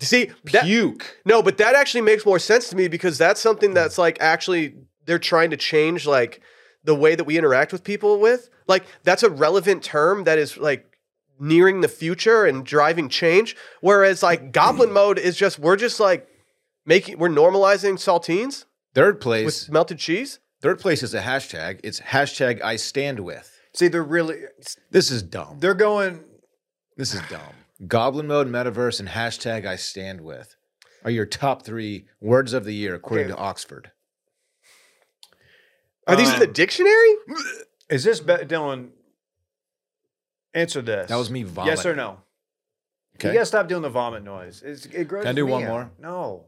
[SPEAKER 1] See, that,
[SPEAKER 2] Puke.
[SPEAKER 1] no, but that actually makes more sense to me because that's
[SPEAKER 2] Hmm.
[SPEAKER 1] something that's like actually they're trying to change like the way that we interact with people with. Like that's a relevant term that is like nearing the future and driving change. Whereas like goblin mode is just we're just like making we're normalizing saltines
[SPEAKER 3] Third place.
[SPEAKER 1] with melted cheese.
[SPEAKER 3] third place is a hashtag. It's hashtag I stand with.
[SPEAKER 2] See, they're really
[SPEAKER 3] This is dumb.
[SPEAKER 2] they're going.
[SPEAKER 3] This is dumb. Goblin mode, metaverse, and hashtag I stand with are your top three words of the year according
[SPEAKER 2] Okay.
[SPEAKER 3] to Oxford.
[SPEAKER 1] Are these in the
[SPEAKER 2] Um,
[SPEAKER 1] dictionary?
[SPEAKER 2] Is this be- Dylan? Answer this.
[SPEAKER 3] That was me vomiting.
[SPEAKER 2] Yes or no?
[SPEAKER 3] Okay.
[SPEAKER 2] You gotta stop doing the vomit noise. It's, it grosses
[SPEAKER 3] Can I do
[SPEAKER 2] me
[SPEAKER 3] one
[SPEAKER 2] out.
[SPEAKER 3] more?
[SPEAKER 2] No,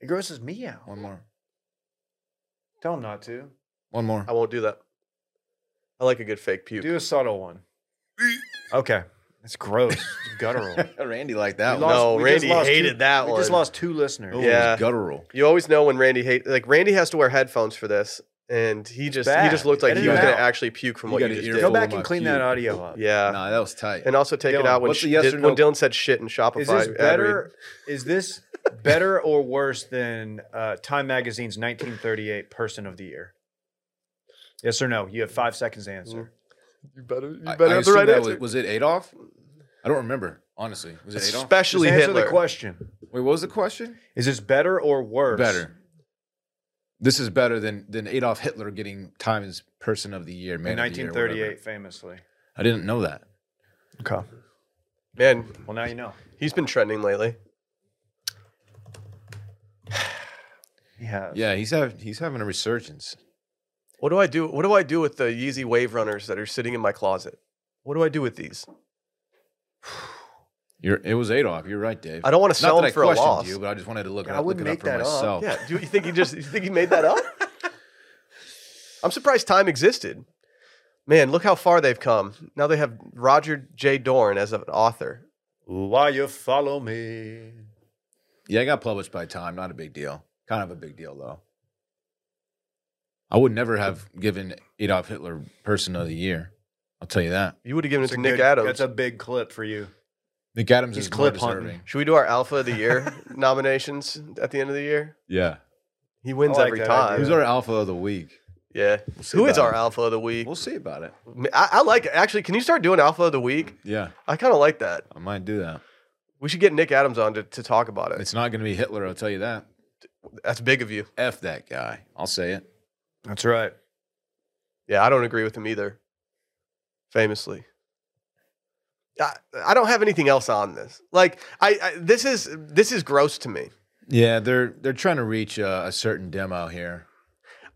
[SPEAKER 2] it grosses me out.
[SPEAKER 3] One more.
[SPEAKER 2] Tell him not to.
[SPEAKER 3] One more.
[SPEAKER 1] I won't do that. I like a good fake puke.
[SPEAKER 2] Do a subtle one. Okay, that's gross. It's guttural. We
[SPEAKER 3] Randy liked that
[SPEAKER 2] lost-
[SPEAKER 3] one.
[SPEAKER 1] No,
[SPEAKER 2] we just
[SPEAKER 1] Randy
[SPEAKER 2] lost two-
[SPEAKER 1] hated that
[SPEAKER 2] we just
[SPEAKER 1] one.
[SPEAKER 2] lost two listeners.
[SPEAKER 3] Ooh,
[SPEAKER 1] Yeah.
[SPEAKER 3] Guttural.
[SPEAKER 1] You always know when Randy hate like Randy has to wear headphones for this, and he just he
[SPEAKER 2] bad.
[SPEAKER 1] just looked like
[SPEAKER 2] Edit
[SPEAKER 1] he
[SPEAKER 2] it
[SPEAKER 1] was gonna
[SPEAKER 2] out.
[SPEAKER 1] actually puke from
[SPEAKER 3] You
[SPEAKER 1] what you
[SPEAKER 3] got an
[SPEAKER 1] just did.
[SPEAKER 3] earful.
[SPEAKER 2] Go
[SPEAKER 3] Full
[SPEAKER 2] back
[SPEAKER 3] of my
[SPEAKER 2] and clean that
[SPEAKER 3] puke.
[SPEAKER 2] audio up.
[SPEAKER 1] Yeah,
[SPEAKER 3] Nah, that was tight.
[SPEAKER 1] and also take it
[SPEAKER 2] Dylan,
[SPEAKER 1] out when
[SPEAKER 3] what's the
[SPEAKER 1] she-
[SPEAKER 3] yes
[SPEAKER 1] did-
[SPEAKER 3] or
[SPEAKER 1] when
[SPEAKER 3] no?
[SPEAKER 1] Dylan said shit in Shopify.
[SPEAKER 2] Is this
[SPEAKER 1] ad read.
[SPEAKER 2] better? Is this better or worse than uh, Time Magazine's 1938 Person of the Year? Yes or no? You have five seconds to answer.
[SPEAKER 1] You better you
[SPEAKER 3] I-
[SPEAKER 1] better
[SPEAKER 3] I
[SPEAKER 1] have the
[SPEAKER 3] assume
[SPEAKER 1] right
[SPEAKER 3] that
[SPEAKER 1] answer.
[SPEAKER 3] was, was it Adolf? I don't remember, honestly. Was it Adolf?
[SPEAKER 1] Especially
[SPEAKER 2] Just answer
[SPEAKER 1] Hitler.
[SPEAKER 2] the question.
[SPEAKER 3] Wait, what was the question?
[SPEAKER 2] Is this better or worse?
[SPEAKER 3] Better. This is better than than Adolf Hitler getting Time's Person of the Year, man.
[SPEAKER 2] in
[SPEAKER 3] of the Year, whatever.
[SPEAKER 2] 1938, famously.
[SPEAKER 3] I didn't know that.
[SPEAKER 2] Okay.
[SPEAKER 1] Man,
[SPEAKER 2] Well, now you know.
[SPEAKER 1] he's been trending lately.
[SPEAKER 2] Yeah.
[SPEAKER 3] Yeah, he's having he's having a resurgence.
[SPEAKER 1] What do I do? What do I do with the Yeezy Wave Runners that are sitting in my closet? What do I do with these?
[SPEAKER 3] You're, it was Adolf. You're right, Dave.
[SPEAKER 1] I don't want to sell
[SPEAKER 3] Not
[SPEAKER 1] them
[SPEAKER 3] that
[SPEAKER 1] for
[SPEAKER 3] I
[SPEAKER 1] a
[SPEAKER 3] questioned
[SPEAKER 1] loss.
[SPEAKER 3] you, but I just wanted to look. it
[SPEAKER 2] I
[SPEAKER 3] up- look
[SPEAKER 2] wouldn't
[SPEAKER 3] it up
[SPEAKER 2] make
[SPEAKER 3] for
[SPEAKER 2] that up.
[SPEAKER 3] myself.
[SPEAKER 1] Yeah, do you think he just you think he made that up? I'm surprised time existed. Man, look how far they've come. Now they have Roger J. Dorn as an author.
[SPEAKER 2] Why you follow me?
[SPEAKER 3] Yeah, I got published by Time. Not a big deal. Kind of a big deal though. I would never have given Adolf Hitler Person of the Year. I'll tell you that.
[SPEAKER 1] You would have given it
[SPEAKER 2] a
[SPEAKER 1] to Nick
[SPEAKER 2] good-
[SPEAKER 1] Adams.
[SPEAKER 2] That's a big clip for you.
[SPEAKER 3] Nick Adams
[SPEAKER 2] He's
[SPEAKER 3] is more
[SPEAKER 2] clip hunting.
[SPEAKER 3] deserving.
[SPEAKER 1] Should we do our Alpha of the Year nominations at the end of the year?
[SPEAKER 3] Yeah,
[SPEAKER 1] He wins
[SPEAKER 2] I like
[SPEAKER 1] every
[SPEAKER 2] that
[SPEAKER 1] time.
[SPEAKER 3] who's
[SPEAKER 2] idea.
[SPEAKER 3] our alpha of the week?
[SPEAKER 1] Yeah.
[SPEAKER 3] see
[SPEAKER 1] Who is
[SPEAKER 3] about
[SPEAKER 1] our
[SPEAKER 3] it.
[SPEAKER 1] Alpha of the Week?
[SPEAKER 3] We'll see about it.
[SPEAKER 1] I, I like actually. Can you start doing Alpha of the Week?
[SPEAKER 3] Yeah,
[SPEAKER 1] I kind of like that.
[SPEAKER 3] I might do that.
[SPEAKER 1] We should get Nick Adams on to, to talk about it.
[SPEAKER 3] It's not going to be Hitler. I'll tell you that.
[SPEAKER 1] That's big of you.
[SPEAKER 3] F that guy. I'll say it.
[SPEAKER 2] That's right.
[SPEAKER 1] Yeah, I don't agree with him either. Famously. I, I don't have anything else on this. Like I, I this is this is gross to me.
[SPEAKER 3] Yeah, they're they're trying to reach uh, a certain demo here.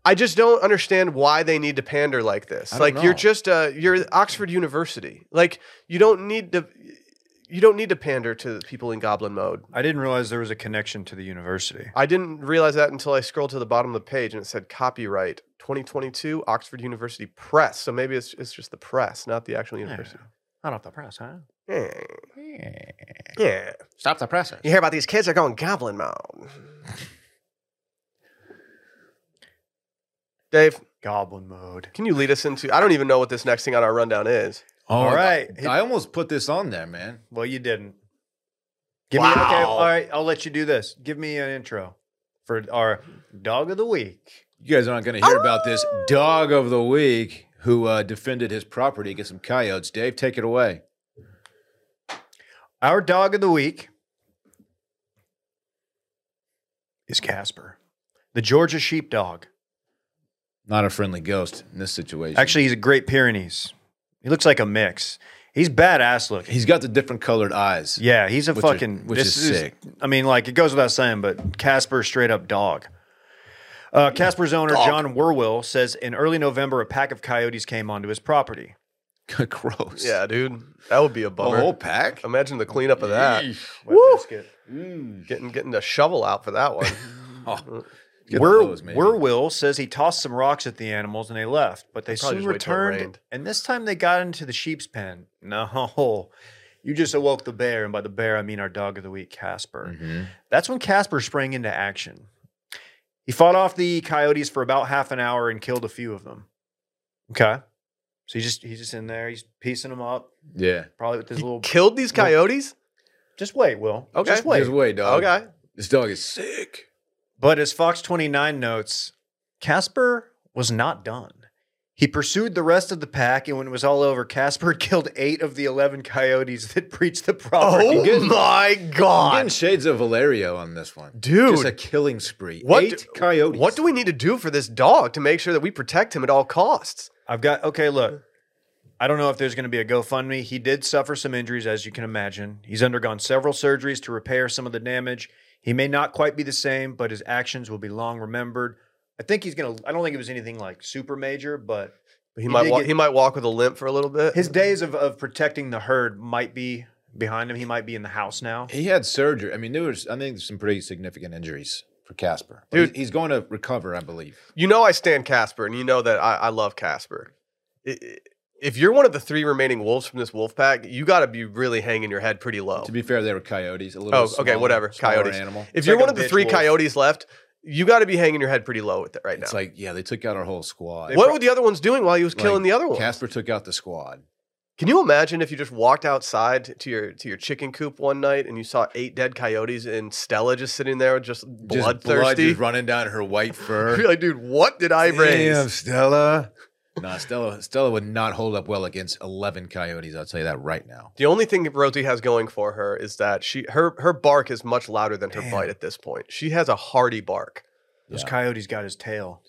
[SPEAKER 1] I just don't understand why they need to pander like this.
[SPEAKER 3] I don't
[SPEAKER 1] Like you're
[SPEAKER 3] know.
[SPEAKER 1] just uh you're Oxford University. Like you don't need to you don't need to pander to the people in goblin mode.
[SPEAKER 2] I didn't realize there was a connection to the university.
[SPEAKER 1] I didn't realize that until I scrolled to the bottom of the page and it said copyright 2022 Oxford University Press. So maybe it's, it's just the press, not the actual university.
[SPEAKER 2] Not off the press, huh?
[SPEAKER 1] Yeah. yeah.
[SPEAKER 3] Stop the presser.
[SPEAKER 1] You hear about these kids are going goblin mode. Dave,
[SPEAKER 2] Goblin mode.
[SPEAKER 1] can you lead us into? I don't even know what this next thing on our rundown is.
[SPEAKER 2] All right.
[SPEAKER 3] I, I almost put this on there, man.
[SPEAKER 2] Well, you didn't. Give me okay.
[SPEAKER 1] Wow.
[SPEAKER 2] All right, I'll let you do this. Give me an intro for our dog of the week.
[SPEAKER 3] You guys aren't going to hear about this dog of the week who uh, defended his property against some coyotes. Dave, take it away.
[SPEAKER 2] Our dog of the week is Casper, the Georgia sheepdog.
[SPEAKER 3] Not a friendly ghost in this situation.
[SPEAKER 2] Actually, he's a Great Pyrenees. He looks like a mix. He's badass looking.
[SPEAKER 3] he's got the different colored eyes.
[SPEAKER 2] Yeah, he's a
[SPEAKER 3] Which is-
[SPEAKER 2] fucking.
[SPEAKER 3] which
[SPEAKER 2] this
[SPEAKER 3] is sick.
[SPEAKER 2] I mean, like it goes without saying, but Casper straight up dog. Uh, Casper's owner
[SPEAKER 1] Dog.
[SPEAKER 2] John Werwill says in early November, a pack of coyotes came onto his property.
[SPEAKER 3] Gross.
[SPEAKER 1] Yeah, dude, that would be a
[SPEAKER 3] The
[SPEAKER 1] bummer.
[SPEAKER 3] whole pack?
[SPEAKER 1] Oh, Imagine the cleanup of that. Mm.
[SPEAKER 3] Yeesh.
[SPEAKER 2] Wet
[SPEAKER 1] Woo!
[SPEAKER 2] biscuit.
[SPEAKER 1] Getting getting the shovel out for that one.
[SPEAKER 3] Oh, Get
[SPEAKER 2] Wer-
[SPEAKER 3] those, maybe.
[SPEAKER 2] Werwill says he tossed some rocks at the animals and they left, but they
[SPEAKER 1] Probably
[SPEAKER 2] soon
[SPEAKER 1] just wait till it
[SPEAKER 2] returned.
[SPEAKER 1] rained.
[SPEAKER 2] And this time they got into the sheep's pen. No, you just awoke the bear, and by the bear I mean our dog of the week, Casper.
[SPEAKER 3] Mhm.
[SPEAKER 2] That's when Casper sprang into action. He fought off the coyotes for about half an hour and killed a few of them. Okay. So he just he's just in there, he's piecing them up,
[SPEAKER 3] Yeah.
[SPEAKER 2] probably with his
[SPEAKER 1] He
[SPEAKER 2] little
[SPEAKER 1] killed these coyotes.
[SPEAKER 2] Just wait, Will.
[SPEAKER 1] Okay.
[SPEAKER 2] Just wait.
[SPEAKER 3] Just wait, dog.
[SPEAKER 1] Okay.
[SPEAKER 3] This dog is sick.
[SPEAKER 2] But as Fox 29 notes, Casper was not done. He pursued the rest of the pack, and when it was all over, Casper had killed eight of the 11 coyotes that breached the property.
[SPEAKER 1] Oh my
[SPEAKER 3] I'm
[SPEAKER 1] god,
[SPEAKER 3] getting shades of Valerio on this one.
[SPEAKER 1] dude!
[SPEAKER 3] Just a killing spree.
[SPEAKER 1] what
[SPEAKER 3] Eight
[SPEAKER 1] do-
[SPEAKER 3] coyotes.
[SPEAKER 1] What do we need to do for this dog to make sure that we protect him at all costs?
[SPEAKER 2] I've got, okay, look. I don't know if there's going to be a GoFundMe. He did suffer some injuries, as you can imagine. He's undergone several surgeries to repair some of the damage. He may not quite be the same, but his actions will be long remembered. I think he's going to, I don't think it was anything like super major, but
[SPEAKER 1] He,
[SPEAKER 2] He
[SPEAKER 1] might
[SPEAKER 2] did
[SPEAKER 1] wa-
[SPEAKER 2] get-
[SPEAKER 1] he might walk with a limp for a little bit.
[SPEAKER 2] his days of, of protecting the herd might be behind him. He might be in the house now.
[SPEAKER 3] He had surgery. I mean, there was. I think there's some pretty significant injuries for Casper. But
[SPEAKER 1] Dude.
[SPEAKER 3] he's, he's going to recover, I believe.
[SPEAKER 1] you know I stand Casper, and you know that I, I love Casper. I- I- If you're one of the three remaining wolves from this wolf pack, you got to be really hanging your head pretty low.
[SPEAKER 3] To be fair, they were coyotes. A little.
[SPEAKER 1] Oh, okay,
[SPEAKER 3] smaller-
[SPEAKER 1] whatever,
[SPEAKER 3] smaller
[SPEAKER 1] coyotes.
[SPEAKER 3] Animal.
[SPEAKER 1] if
[SPEAKER 2] It's
[SPEAKER 1] you're
[SPEAKER 2] like a
[SPEAKER 1] one of the
[SPEAKER 2] bitch
[SPEAKER 1] three
[SPEAKER 2] wolf.
[SPEAKER 1] coyotes left, you got to be hanging your head pretty low with it right
[SPEAKER 3] It's
[SPEAKER 1] now.
[SPEAKER 3] like, yeah, they took out our whole squad.
[SPEAKER 1] what were the other ones doing while he was
[SPEAKER 3] Like,
[SPEAKER 1] killing the other ones?
[SPEAKER 3] Casper took out the squad.
[SPEAKER 1] Can you imagine if you just walked outside to your to your chicken coop one night and you saw eight dead coyotes and Stella just sitting there just
[SPEAKER 3] Just blood
[SPEAKER 1] bloodthirsty?
[SPEAKER 3] just running down her white
[SPEAKER 1] You're
[SPEAKER 3] fur.
[SPEAKER 1] like, dude, what did I raise?
[SPEAKER 3] Stella. Nah, Stella. Stella would not hold up well against eleven coyotes. I'll tell you that right now.
[SPEAKER 1] The only thing that Rosie has going for her is that she her her bark is much louder than her
[SPEAKER 3] Damn.
[SPEAKER 1] bite at this point. She has a hearty bark.
[SPEAKER 2] Those
[SPEAKER 3] Yeah.
[SPEAKER 2] coyotes got his tail.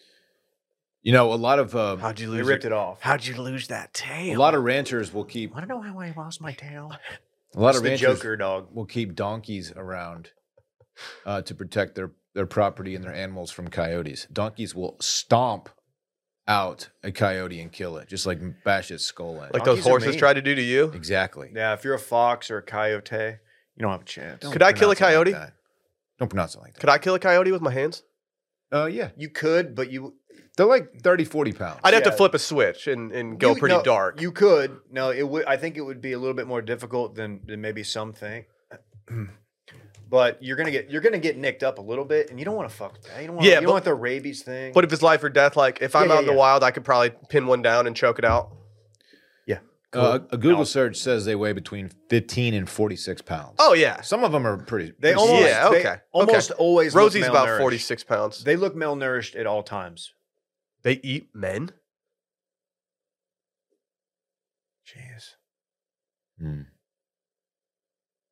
[SPEAKER 3] You know, a lot of um,
[SPEAKER 1] How'd you
[SPEAKER 2] They
[SPEAKER 1] lose
[SPEAKER 2] ripped
[SPEAKER 1] it?
[SPEAKER 2] it off.
[SPEAKER 1] How'd you lose that tail?
[SPEAKER 3] a lot of ranchers will keep
[SPEAKER 2] I don't know how I lost my tail.
[SPEAKER 3] a lot
[SPEAKER 2] It's
[SPEAKER 3] of
[SPEAKER 2] the
[SPEAKER 3] ranchers
[SPEAKER 2] Joker dog.
[SPEAKER 3] will keep donkeys around uh, to protect their their property and their animals from coyotes. Donkeys will stomp out a coyote and kill it, just like bash its skull in.
[SPEAKER 1] like
[SPEAKER 2] Donkeys
[SPEAKER 1] those
[SPEAKER 2] are
[SPEAKER 1] horses
[SPEAKER 2] mean.
[SPEAKER 1] try to do to you.
[SPEAKER 3] exactly.
[SPEAKER 2] Yeah, if you're a fox or a coyote, you don't have a chance.
[SPEAKER 3] Don't
[SPEAKER 1] Could I kill a
[SPEAKER 3] pronounce it
[SPEAKER 1] coyote?
[SPEAKER 3] like that. Don't pronounce it like that.
[SPEAKER 1] Could I kill a coyote with my hands?
[SPEAKER 3] Oh yeah,
[SPEAKER 2] You could, but you
[SPEAKER 3] they're like 30, 40 pounds.
[SPEAKER 1] I'd have to
[SPEAKER 2] Yeah.
[SPEAKER 1] flip a switch and, and go
[SPEAKER 2] you-
[SPEAKER 1] pretty
[SPEAKER 2] no,
[SPEAKER 1] dark.
[SPEAKER 2] You could. No, it would. I think it would be a little bit more difficult than than maybe some think. But you're gonna get you're gonna get nicked up a little bit, and you don't want to fuck with that. You don't want.
[SPEAKER 1] Yeah,
[SPEAKER 2] Yeah, you
[SPEAKER 1] but-
[SPEAKER 2] don't want the rabies thing.
[SPEAKER 1] but if it's life or death, like if I'm out
[SPEAKER 2] Yeah, yeah,
[SPEAKER 1] in the
[SPEAKER 2] yeah.
[SPEAKER 1] wild, I could probably pin one down and choke it out.
[SPEAKER 3] Uh, a Google
[SPEAKER 2] No.
[SPEAKER 3] search says they weigh between fifteen and forty six pounds.
[SPEAKER 1] Oh yeah,
[SPEAKER 3] some of them are pretty.
[SPEAKER 2] they
[SPEAKER 3] pretty-
[SPEAKER 2] almost
[SPEAKER 1] Yeah,
[SPEAKER 2] they
[SPEAKER 1] okay, okay.
[SPEAKER 2] almost always look
[SPEAKER 1] Rosie's about
[SPEAKER 2] malnourished.
[SPEAKER 1] forty six pounds.
[SPEAKER 2] They look malnourished at all times.
[SPEAKER 1] They eat men.
[SPEAKER 2] Jeez,
[SPEAKER 3] Hmm.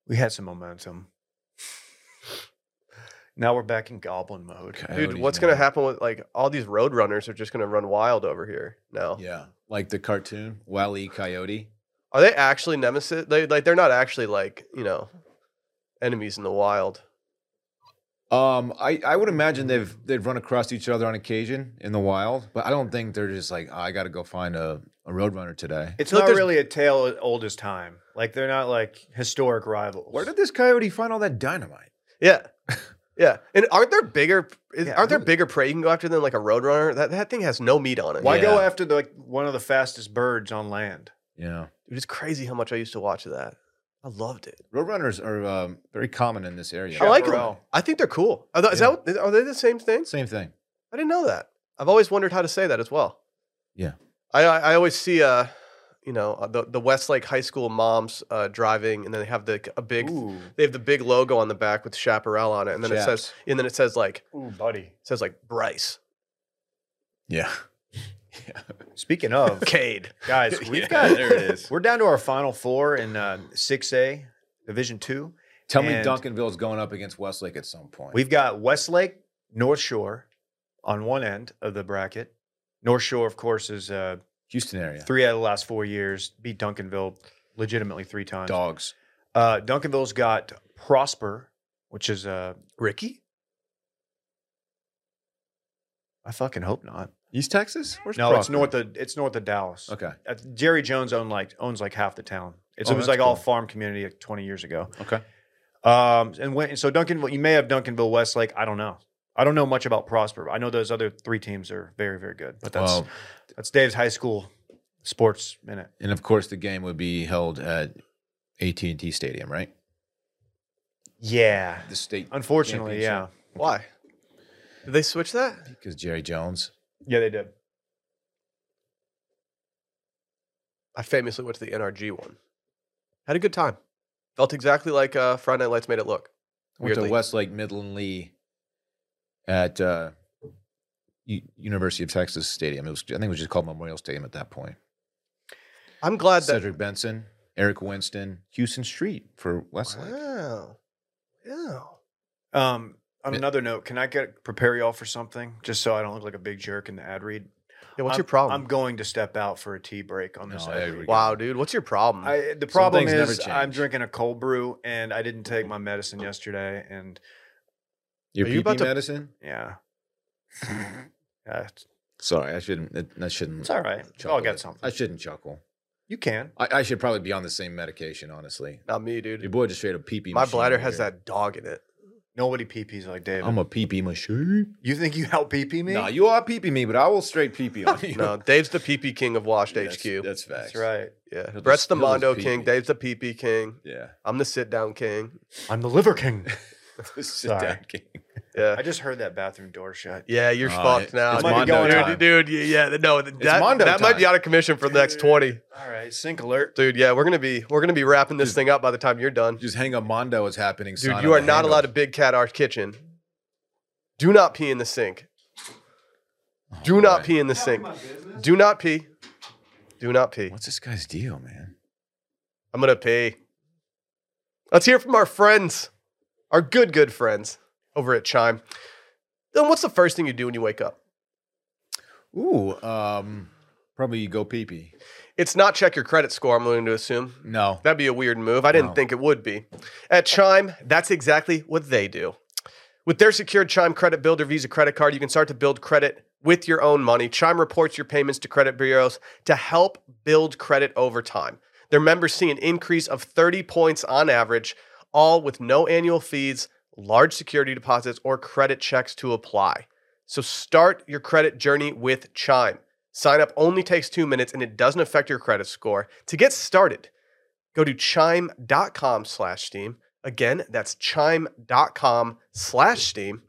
[SPEAKER 2] we had some momentum. Now we're back in goblin mode.
[SPEAKER 1] Dude,
[SPEAKER 3] Coyotes,
[SPEAKER 1] what's gonna
[SPEAKER 3] man.
[SPEAKER 1] happen with like all these road runners are just gonna run wild over here now?
[SPEAKER 3] Yeah, like the cartoon Wile E. Coyote.
[SPEAKER 1] Are they actually nemesis? They like they're not actually like you know enemies in the wild.
[SPEAKER 3] Um, I, I would imagine they've they've run across each other on occasion in the wild, but I don't think they're just like "Oh, I got to go find a, a roadrunner today.
[SPEAKER 2] It's
[SPEAKER 1] Look,
[SPEAKER 2] not
[SPEAKER 1] there's-
[SPEAKER 2] really a tale as old as time. Like they're not like historic rivals.
[SPEAKER 3] Where did this coyote find all that dynamite?
[SPEAKER 1] Yeah, yeah. And aren't there bigger? Is,
[SPEAKER 2] Yeah,
[SPEAKER 1] aren't there
[SPEAKER 2] who-
[SPEAKER 1] bigger prey you can go after than like a road runner? That that thing has no meat on it.
[SPEAKER 2] Why go
[SPEAKER 3] Yeah.
[SPEAKER 2] after the, like one of the fastest birds on land?
[SPEAKER 3] Yeah,
[SPEAKER 1] Dude, it's crazy how much I used to watch that. I loved it.
[SPEAKER 3] roadrunners are um, very common in this area.
[SPEAKER 1] I like them.
[SPEAKER 2] Chaparral.
[SPEAKER 1] I think they're cool. Are, th- is
[SPEAKER 3] Yeah.
[SPEAKER 1] that, are they the same thing?
[SPEAKER 3] Same thing.
[SPEAKER 1] I didn't know that. I've always wondered how to say that as well.
[SPEAKER 3] Yeah.
[SPEAKER 1] I I, I always see uh you know uh, the the Westlake High School moms uh, driving and then they have the a big
[SPEAKER 2] Ooh,
[SPEAKER 1] they have the big logo on the back with chaparral on it and then it says
[SPEAKER 3] Chaps.
[SPEAKER 1] and then it says like
[SPEAKER 2] ooh, buddy.
[SPEAKER 1] it says like Bryce
[SPEAKER 3] yeah.
[SPEAKER 2] Speaking of
[SPEAKER 1] Cade.
[SPEAKER 2] guys, we've
[SPEAKER 3] Yeah,
[SPEAKER 2] got
[SPEAKER 3] there it is.
[SPEAKER 2] We're down to our final four in uh, six A, Division Two.
[SPEAKER 3] Tell me
[SPEAKER 2] And-
[SPEAKER 3] Duncanville's going up against Westlake at some point.
[SPEAKER 2] We've got Westlake, North Shore, on one end of the bracket. North Shore, of course, is uh,
[SPEAKER 3] Houston area
[SPEAKER 2] three out of the last four years. Beat Duncanville legitimately three times.
[SPEAKER 3] dogs.
[SPEAKER 2] Uh, Duncanville's got Prosper, which is uh,
[SPEAKER 1] Ricky?
[SPEAKER 2] I fucking hope not.
[SPEAKER 3] East Texas? Where's
[SPEAKER 2] no, it's
[SPEAKER 3] Proctor?
[SPEAKER 2] north of it's north of Dallas.
[SPEAKER 3] Okay.
[SPEAKER 2] Uh, Jerry Jones owned like owns like half the town. It's,
[SPEAKER 3] Oh,
[SPEAKER 2] it was
[SPEAKER 3] that's
[SPEAKER 2] like all
[SPEAKER 3] cool.
[SPEAKER 2] farm community like, twenty years ago.
[SPEAKER 3] Okay.
[SPEAKER 2] Um, and when so Duncanville, you may have Duncanville Westlake. I don't know. I don't know much about Prosper. but I know those other three teams are very very good. But that's
[SPEAKER 3] Well,
[SPEAKER 2] that's Dave's high school sports minute.
[SPEAKER 3] and of course the game would be held at AT&T Stadium, right?
[SPEAKER 2] Yeah.
[SPEAKER 3] The state
[SPEAKER 2] Unfortunately, yeah.
[SPEAKER 1] Why? Did they switch that?
[SPEAKER 3] because Jerry Jones.
[SPEAKER 2] Yeah, they did.
[SPEAKER 1] I famously went to the NRG one. Had a good time. Felt exactly like uh, Friday Night Lights made it look.
[SPEAKER 3] Went to
[SPEAKER 1] Weirdly.
[SPEAKER 3] Westlake Midland Lee at uh, U- University of Texas Stadium. It was, I think it was just called Memorial Stadium at that point.
[SPEAKER 1] I'm glad that.
[SPEAKER 3] Cedric Benson, Eric Winston, Houston Street for Westlake.
[SPEAKER 1] Wow. Wow.
[SPEAKER 2] Um, on
[SPEAKER 3] Yeah.
[SPEAKER 2] another note, can I get prepare y'all for something just so I don't look like a big jerk in the ad read?
[SPEAKER 1] Yeah, what's
[SPEAKER 2] I'm-
[SPEAKER 1] your problem?
[SPEAKER 2] I'm going to step out for a tea break on
[SPEAKER 3] No,
[SPEAKER 2] this.
[SPEAKER 3] I
[SPEAKER 2] ad
[SPEAKER 3] agree.
[SPEAKER 2] read.
[SPEAKER 1] wow, dude. What's your problem?
[SPEAKER 2] I, the problem
[SPEAKER 3] things never
[SPEAKER 2] is I'm
[SPEAKER 3] change.
[SPEAKER 2] drinking a cold brew and I didn't take my medicine yesterday, and
[SPEAKER 3] Your
[SPEAKER 1] Are you about
[SPEAKER 3] PP
[SPEAKER 1] to-
[SPEAKER 3] medicine?
[SPEAKER 2] yeah, yeah it's,
[SPEAKER 3] Sorry, I shouldn't. that- I shouldn't.
[SPEAKER 2] it's all right. We
[SPEAKER 3] chuckle
[SPEAKER 2] all got
[SPEAKER 3] at-
[SPEAKER 2] something.
[SPEAKER 3] I shouldn't chuckle.
[SPEAKER 2] you can.
[SPEAKER 3] I, I should probably be on the same medication, honestly.
[SPEAKER 1] Not me,
[SPEAKER 3] Your
[SPEAKER 1] dude.
[SPEAKER 3] boy just straight a pee pee.
[SPEAKER 1] My bladder has that dog in it.
[SPEAKER 2] Nobody pee pees like David.
[SPEAKER 3] I'm a pee pee machine.
[SPEAKER 2] you think you help pee pee me?
[SPEAKER 3] Nah, you are pee pee me, but I will straight pee pee on you.
[SPEAKER 1] No, Dave's the PP king of Washed
[SPEAKER 3] That's-
[SPEAKER 1] HQ.
[SPEAKER 3] That's facts.
[SPEAKER 2] That's right.
[SPEAKER 1] yeah.
[SPEAKER 3] he'll
[SPEAKER 1] Brett's
[SPEAKER 3] just-
[SPEAKER 1] the
[SPEAKER 3] he'll just
[SPEAKER 1] Mondo
[SPEAKER 3] pee
[SPEAKER 1] king.
[SPEAKER 3] pee.
[SPEAKER 1] Dave's the PP king.
[SPEAKER 3] Yeah.
[SPEAKER 1] I'm the sit down king.
[SPEAKER 2] I'm the liver king.
[SPEAKER 3] Sit
[SPEAKER 2] Sorry.
[SPEAKER 3] down, King.
[SPEAKER 1] Yeah.
[SPEAKER 2] I just heard that bathroom door shut.
[SPEAKER 1] Yeah, you're
[SPEAKER 3] Uh,
[SPEAKER 1] fucked
[SPEAKER 3] it-
[SPEAKER 1] now.
[SPEAKER 3] it's
[SPEAKER 1] dude.
[SPEAKER 2] Mondo
[SPEAKER 1] Dude,
[SPEAKER 3] time.
[SPEAKER 1] dude, yeah, yeah, no, that,
[SPEAKER 3] Mondo
[SPEAKER 1] that might be
[SPEAKER 3] time.
[SPEAKER 1] out of commission for the next 20.
[SPEAKER 2] All right, sink alert.
[SPEAKER 1] Dude, yeah, we're going to be we're going to be wrapping this thing up by the time you're done.
[SPEAKER 3] Just hang up Mondo is happening.
[SPEAKER 1] Dude, you are not allowed to big cat our kitchen. Do not pee in the sink.
[SPEAKER 3] Oh,
[SPEAKER 1] Do not pee in the sink. Do not pee. Do not pee.
[SPEAKER 3] What's this guy's deal, man?
[SPEAKER 1] I'm gonna pee. Let's hear from our friends, our good, good friends over at Chime. Then what's the first thing you do when you wake up?
[SPEAKER 3] Ooh, um, probably you go pee pee.
[SPEAKER 1] It's not check your credit score, I'm willing to assume.
[SPEAKER 3] No,
[SPEAKER 1] That'd be a weird move. I didn't
[SPEAKER 3] No.
[SPEAKER 1] think it would be. At Chime, that's exactly what they do. With their secured Chime Credit Builder Visa credit card, you can start to build credit with your own money. Chime reports your payments to credit bureaus to help build credit over time. Their members see an increase of 30 points on average, all with no annual fees, large security deposits, or credit checks to apply. So start your credit journey with Chime. Sign up only takes two minutes and it doesn't affect your credit score. To get started, go to chime.com slash steam again that's chime.com slash steam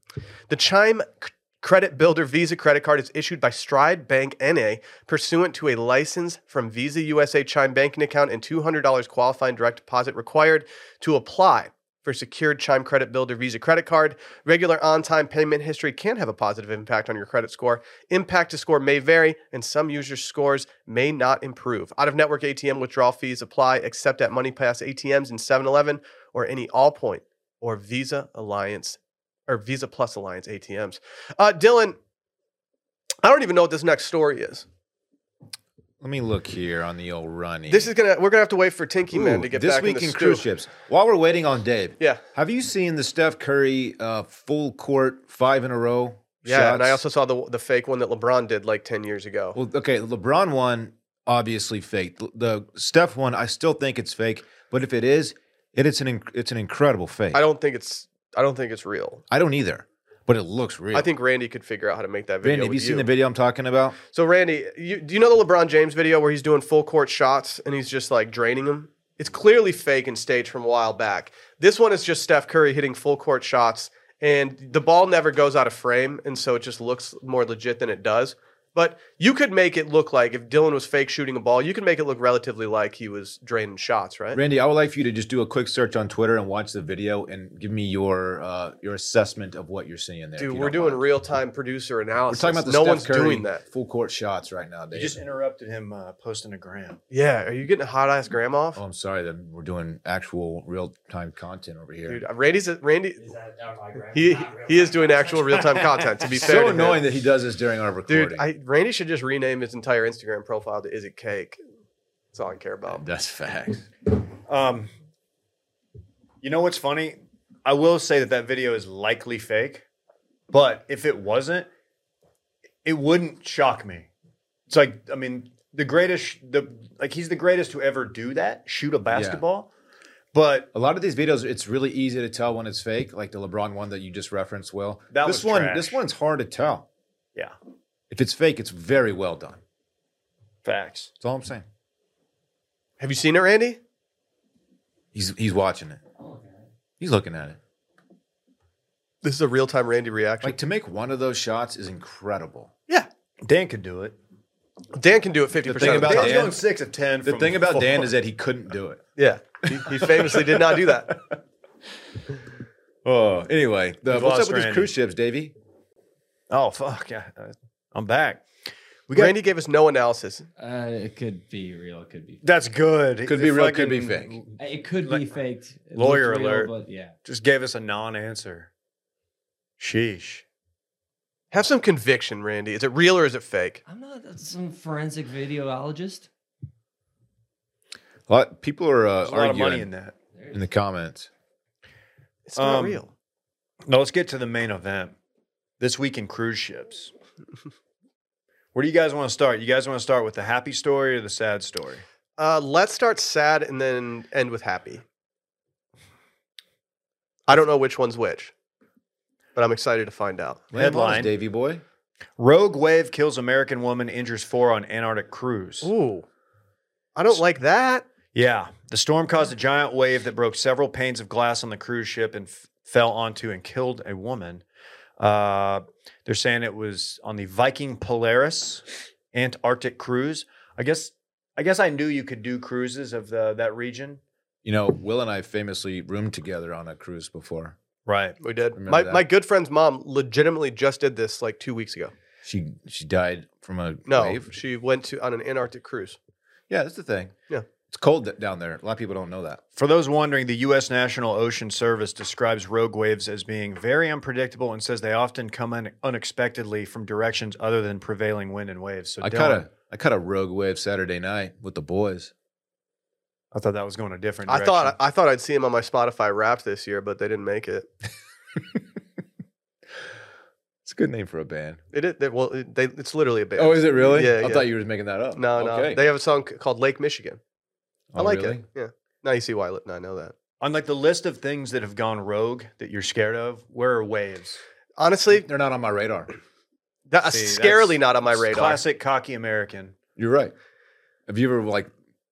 [SPEAKER 1] the chime C- credit builder visa credit card is issued by stride bank na pursuant to a license from visa usa chime banking account and $200 qualifying direct deposit required to apply for secured chime credit builder visa credit card regular on-time payment history can have a positive impact on your credit score Impact to score may vary, and some users' scores may not improve. Out of network ATM withdrawal fees apply except at MoneyPass ATMs and 7 Eleven or any Allpoint or Visa Alliance or Visa Plus Alliance ATMs. Uh, Dylan, I don't even know what this next story is.
[SPEAKER 3] let me look here on the old runny.
[SPEAKER 1] This is gonna we're gonna have to wait for Tinky Man
[SPEAKER 3] Ooh,
[SPEAKER 1] to get
[SPEAKER 3] this
[SPEAKER 1] back
[SPEAKER 3] week
[SPEAKER 1] in, the
[SPEAKER 3] in
[SPEAKER 1] stew.
[SPEAKER 3] cruise ships. While we're waiting on Dave,
[SPEAKER 1] Yeah,
[SPEAKER 3] have you seen the Steph Curry uh, full court five in a row?
[SPEAKER 1] yeah, and I
[SPEAKER 3] shots?
[SPEAKER 1] also saw the the fake one that LeBron did like ten years ago.
[SPEAKER 3] Well, okay, LeBron one obviously fake. The- The Steph one, I still think it's fake. But if it is, it, it's an inc- it's an incredible fake.
[SPEAKER 1] I don't think it's I don't think it's real.
[SPEAKER 3] I don't either. But it looks real.
[SPEAKER 1] I think Randy could figure out how to make that video.
[SPEAKER 3] Randy, have
[SPEAKER 1] with
[SPEAKER 3] you seen the video I'm talking about?
[SPEAKER 1] So Randy, you, do you know the LeBron James video where he's doing full court shots and he's just like draining them? It's clearly fake and staged from a while back. This one is just Steph Curry hitting full court shots and the ball never goes out of frame and so it just looks more legit than it does. But you could make it look like if Dylan was fake shooting a ball, you could make it look relatively like he was draining shots, right?
[SPEAKER 3] Randy, I would like for you to just do a quick search on Twitter and watch the video and give me your uh, your assessment of what you're seeing there. if
[SPEAKER 1] Dude,
[SPEAKER 3] you
[SPEAKER 1] we're
[SPEAKER 3] don't
[SPEAKER 1] doing
[SPEAKER 3] mind.
[SPEAKER 1] real time producer
[SPEAKER 3] We're
[SPEAKER 1] analysis.
[SPEAKER 3] talking about the
[SPEAKER 1] no
[SPEAKER 3] Steph
[SPEAKER 1] one's
[SPEAKER 3] Curry
[SPEAKER 1] doing that.
[SPEAKER 3] full court shots right now,
[SPEAKER 2] You
[SPEAKER 3] Dave.
[SPEAKER 2] just interrupted him uh, posting a gram.
[SPEAKER 1] Yeah, are you getting a hot ass gram off?
[SPEAKER 3] oh, I'm sorry that we're doing actual real time content over here.
[SPEAKER 1] Dude, Randy's a, Randy.
[SPEAKER 4] Is that down my grandma?
[SPEAKER 1] He
[SPEAKER 4] Not real
[SPEAKER 1] he is
[SPEAKER 4] life.
[SPEAKER 1] doing actual real time content. To be
[SPEAKER 3] it's
[SPEAKER 1] fair,
[SPEAKER 3] so
[SPEAKER 1] to him.
[SPEAKER 3] annoying that he does this during our recording.
[SPEAKER 1] dude. I, Randy should just rename his entire Instagram profile to "Is It Cake." That's all I care about.
[SPEAKER 3] That's facts.
[SPEAKER 2] Um, you know what's funny? I will say that that video is likely fake, but if it wasn't, it wouldn't shock me. It's like I mean, the greatest, the like he's the greatest to ever do that, shoot a basketball. But
[SPEAKER 3] A lot of these videos, it's really easy to tell when it's fake, like the LeBron one that you just referenced. Well,
[SPEAKER 2] That
[SPEAKER 3] this
[SPEAKER 2] was
[SPEAKER 3] one,
[SPEAKER 2] trash.
[SPEAKER 3] this one's hard to tell.
[SPEAKER 2] yeah,
[SPEAKER 3] If it's fake, it's very well done. That's
[SPEAKER 2] facts.
[SPEAKER 3] all I'm saying.
[SPEAKER 1] Have you seen it, Randy?
[SPEAKER 3] He's he's watching it. He's looking at it.
[SPEAKER 1] This is a real time Randy reaction.
[SPEAKER 3] Like to make one of those shots is incredible.
[SPEAKER 1] yeah,
[SPEAKER 2] Dan could do it.
[SPEAKER 1] Dan can do it fifty percent
[SPEAKER 3] thing
[SPEAKER 1] of the
[SPEAKER 3] about
[SPEAKER 1] time.
[SPEAKER 2] Dan's
[SPEAKER 3] Dan-
[SPEAKER 2] going six of ten.
[SPEAKER 3] The
[SPEAKER 2] from
[SPEAKER 3] thing about
[SPEAKER 2] four.
[SPEAKER 3] Dan is that he couldn't do it.
[SPEAKER 1] Yeah, he, he famously did not do that.
[SPEAKER 3] Oh, anyway, the,
[SPEAKER 2] We've
[SPEAKER 3] what's up
[SPEAKER 2] lost
[SPEAKER 3] with these
[SPEAKER 2] Randy.
[SPEAKER 3] cruise ships, Davey?
[SPEAKER 2] oh fuck, yeah, uh, I'm back. We got
[SPEAKER 1] Randy gave us no analysis.
[SPEAKER 4] Uh, it could be real. It could be.
[SPEAKER 2] that's good.
[SPEAKER 3] Could
[SPEAKER 2] The
[SPEAKER 3] be real, could be
[SPEAKER 2] fucking-
[SPEAKER 3] fake.
[SPEAKER 4] It could be
[SPEAKER 2] Like-
[SPEAKER 4] faked. It
[SPEAKER 2] Lawyer
[SPEAKER 4] looked real,
[SPEAKER 2] alert.
[SPEAKER 4] But yeah.
[SPEAKER 2] Just gave us a non-answer. Sheesh.
[SPEAKER 1] Have some conviction, Randy. Is it real or is it fake?
[SPEAKER 4] I'm not some forensic videologist.
[SPEAKER 3] A lot, people are uh,
[SPEAKER 2] There's a lot of
[SPEAKER 3] arguing
[SPEAKER 2] money in
[SPEAKER 3] in,
[SPEAKER 2] that.
[SPEAKER 3] the comments.
[SPEAKER 1] It's not
[SPEAKER 2] Um,
[SPEAKER 1] real.
[SPEAKER 2] Now let's get to the main event. This week in cruise ships. Where do you guys want to start? You guys want to start with the happy story or the sad story?
[SPEAKER 1] Uh, let's start sad and then end with happy. I don't know which one's which, but I'm excited to find out.
[SPEAKER 3] Land laws,
[SPEAKER 2] Headline.
[SPEAKER 3] Davey boy.
[SPEAKER 2] Rogue wave kills American woman, injures four on Antarctic cruise.
[SPEAKER 1] Ooh, I don't like that.
[SPEAKER 2] Yeah. The storm caused a giant wave that broke several panes of glass on the cruise ship and f- fell onto and killed a woman. Uh, they're saying it was on the Viking Polaris Antarctic cruise. I guess I guess I knew you could do cruises of the, that region.
[SPEAKER 3] You know, Will and I famously roomed together on a cruise before.
[SPEAKER 2] Right.
[SPEAKER 1] We did.
[SPEAKER 3] Remember
[SPEAKER 1] My
[SPEAKER 3] that.
[SPEAKER 1] my good friend's mom legitimately just did this like two weeks ago.
[SPEAKER 3] She she died from a
[SPEAKER 1] No,
[SPEAKER 3] wave.
[SPEAKER 1] she went to on an Antarctic cruise.
[SPEAKER 3] Yeah, that's the thing.
[SPEAKER 1] Yeah.
[SPEAKER 3] it's cold th- down there. A lot of people don't know that.
[SPEAKER 2] For those wondering, the U.S. National Ocean Service describes rogue waves as being very unpredictable and says they often come in unexpectedly from directions other than prevailing wind and waves. So
[SPEAKER 3] I
[SPEAKER 2] Dylan-
[SPEAKER 3] caught a I caught a rogue wave Saturday night with the boys.
[SPEAKER 2] I thought that was going a different.
[SPEAKER 1] I
[SPEAKER 2] Direction.
[SPEAKER 1] thought I thought I'd see him on my Spotify Wrapped this year, but they didn't make it.
[SPEAKER 3] It's a good name for a band.
[SPEAKER 1] It, is- they, well, it, they, it's literally a band.
[SPEAKER 3] Oh, is it really?
[SPEAKER 1] Yeah,
[SPEAKER 3] I
[SPEAKER 1] yeah.
[SPEAKER 3] thought you were just making that up.
[SPEAKER 1] No, no. They have a song c- called Lake Michigan. I
[SPEAKER 3] Oh,
[SPEAKER 1] like
[SPEAKER 3] really?
[SPEAKER 1] it. Yeah. Now you see why. I- I know that.
[SPEAKER 2] on like the list of things that have gone rogue that you're scared of. Where are waves?
[SPEAKER 1] Honestly,
[SPEAKER 3] They're not on my radar.
[SPEAKER 1] that's
[SPEAKER 2] See,
[SPEAKER 1] scarily
[SPEAKER 2] that's-
[SPEAKER 1] not on my
[SPEAKER 2] it's
[SPEAKER 1] radar.
[SPEAKER 2] Classic cocky American.
[SPEAKER 3] You're right. Have you ever like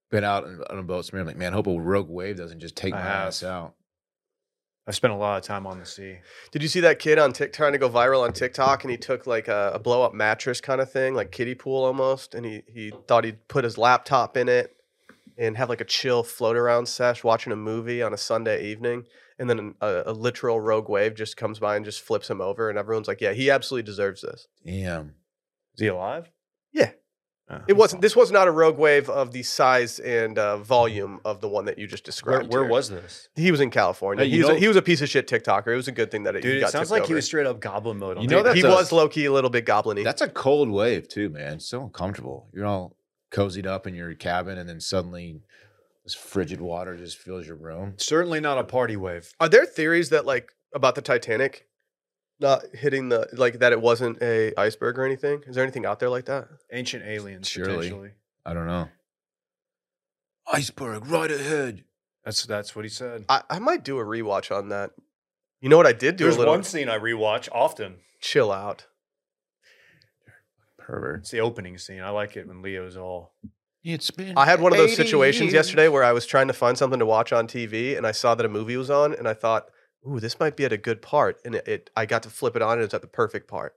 [SPEAKER 3] been out on on a boat somewhere like, man, hope a rogue wave doesn't just take
[SPEAKER 2] I
[SPEAKER 3] my
[SPEAKER 2] have.
[SPEAKER 3] ass out.
[SPEAKER 2] I've spent a lot of time on the sea.
[SPEAKER 1] Did you see that kid on Tik trying to go viral on TikTok and he took like a, a blow up mattress kind of thing, like kiddie pool almost, and he he thought he'd put his laptop in it and have like a chill float around sesh watching a movie on a Sunday evening, and then a, a literal rogue wave just comes by and just flips him over, and everyone's like, "Yeah, he absolutely deserves this."
[SPEAKER 3] Damn.
[SPEAKER 2] Is he alive?
[SPEAKER 1] Yeah.
[SPEAKER 2] Oh.
[SPEAKER 1] It wasn't. This was not a rogue wave of the size and uh, volume of the one that you just
[SPEAKER 2] Where,
[SPEAKER 1] described.
[SPEAKER 2] where
[SPEAKER 1] here.
[SPEAKER 2] was this?
[SPEAKER 1] he? Was in California.
[SPEAKER 3] Hey, you
[SPEAKER 1] he, was a,
[SPEAKER 3] know-
[SPEAKER 1] he was a piece of shit TikToker. It was a good thing that it, he
[SPEAKER 2] Dude,
[SPEAKER 1] got
[SPEAKER 2] it sounds
[SPEAKER 1] tipped
[SPEAKER 2] like he
[SPEAKER 1] over.
[SPEAKER 2] was straight up goblin mode. on
[SPEAKER 3] You know
[SPEAKER 2] TikTok.
[SPEAKER 1] He
[SPEAKER 3] that's a-
[SPEAKER 1] was low key a little bit goblin-y.
[SPEAKER 3] That's a cold wave too, man. It's so uncomfortable. You're all cozied up in your cabin and then suddenly this frigid water just fills your room.
[SPEAKER 2] certainly not a party wave.
[SPEAKER 1] Are there theories that like about the Titanic not hitting the like that it wasn't a iceberg or anything? Is there anything out there like that?
[SPEAKER 2] Ancient aliens,
[SPEAKER 3] Surely.
[SPEAKER 2] potentially.
[SPEAKER 3] I don't know. Iceberg right ahead.
[SPEAKER 2] That's that's what he said.
[SPEAKER 1] I, I might do a rewatch on that. You know what I did do
[SPEAKER 2] There's
[SPEAKER 1] a little
[SPEAKER 2] one scene I rewatch often.
[SPEAKER 1] chill out.
[SPEAKER 3] Pervert.
[SPEAKER 2] It's the opening scene. I like it when Leo's all.
[SPEAKER 3] It's been
[SPEAKER 1] I had one of those
[SPEAKER 3] 80
[SPEAKER 1] situations
[SPEAKER 3] years.
[SPEAKER 1] yesterday where I was trying to find something to watch on TV and I saw that a movie was on and I thought, ooh, this might be at a good part. And it, it I got to flip it on and it's at the perfect part.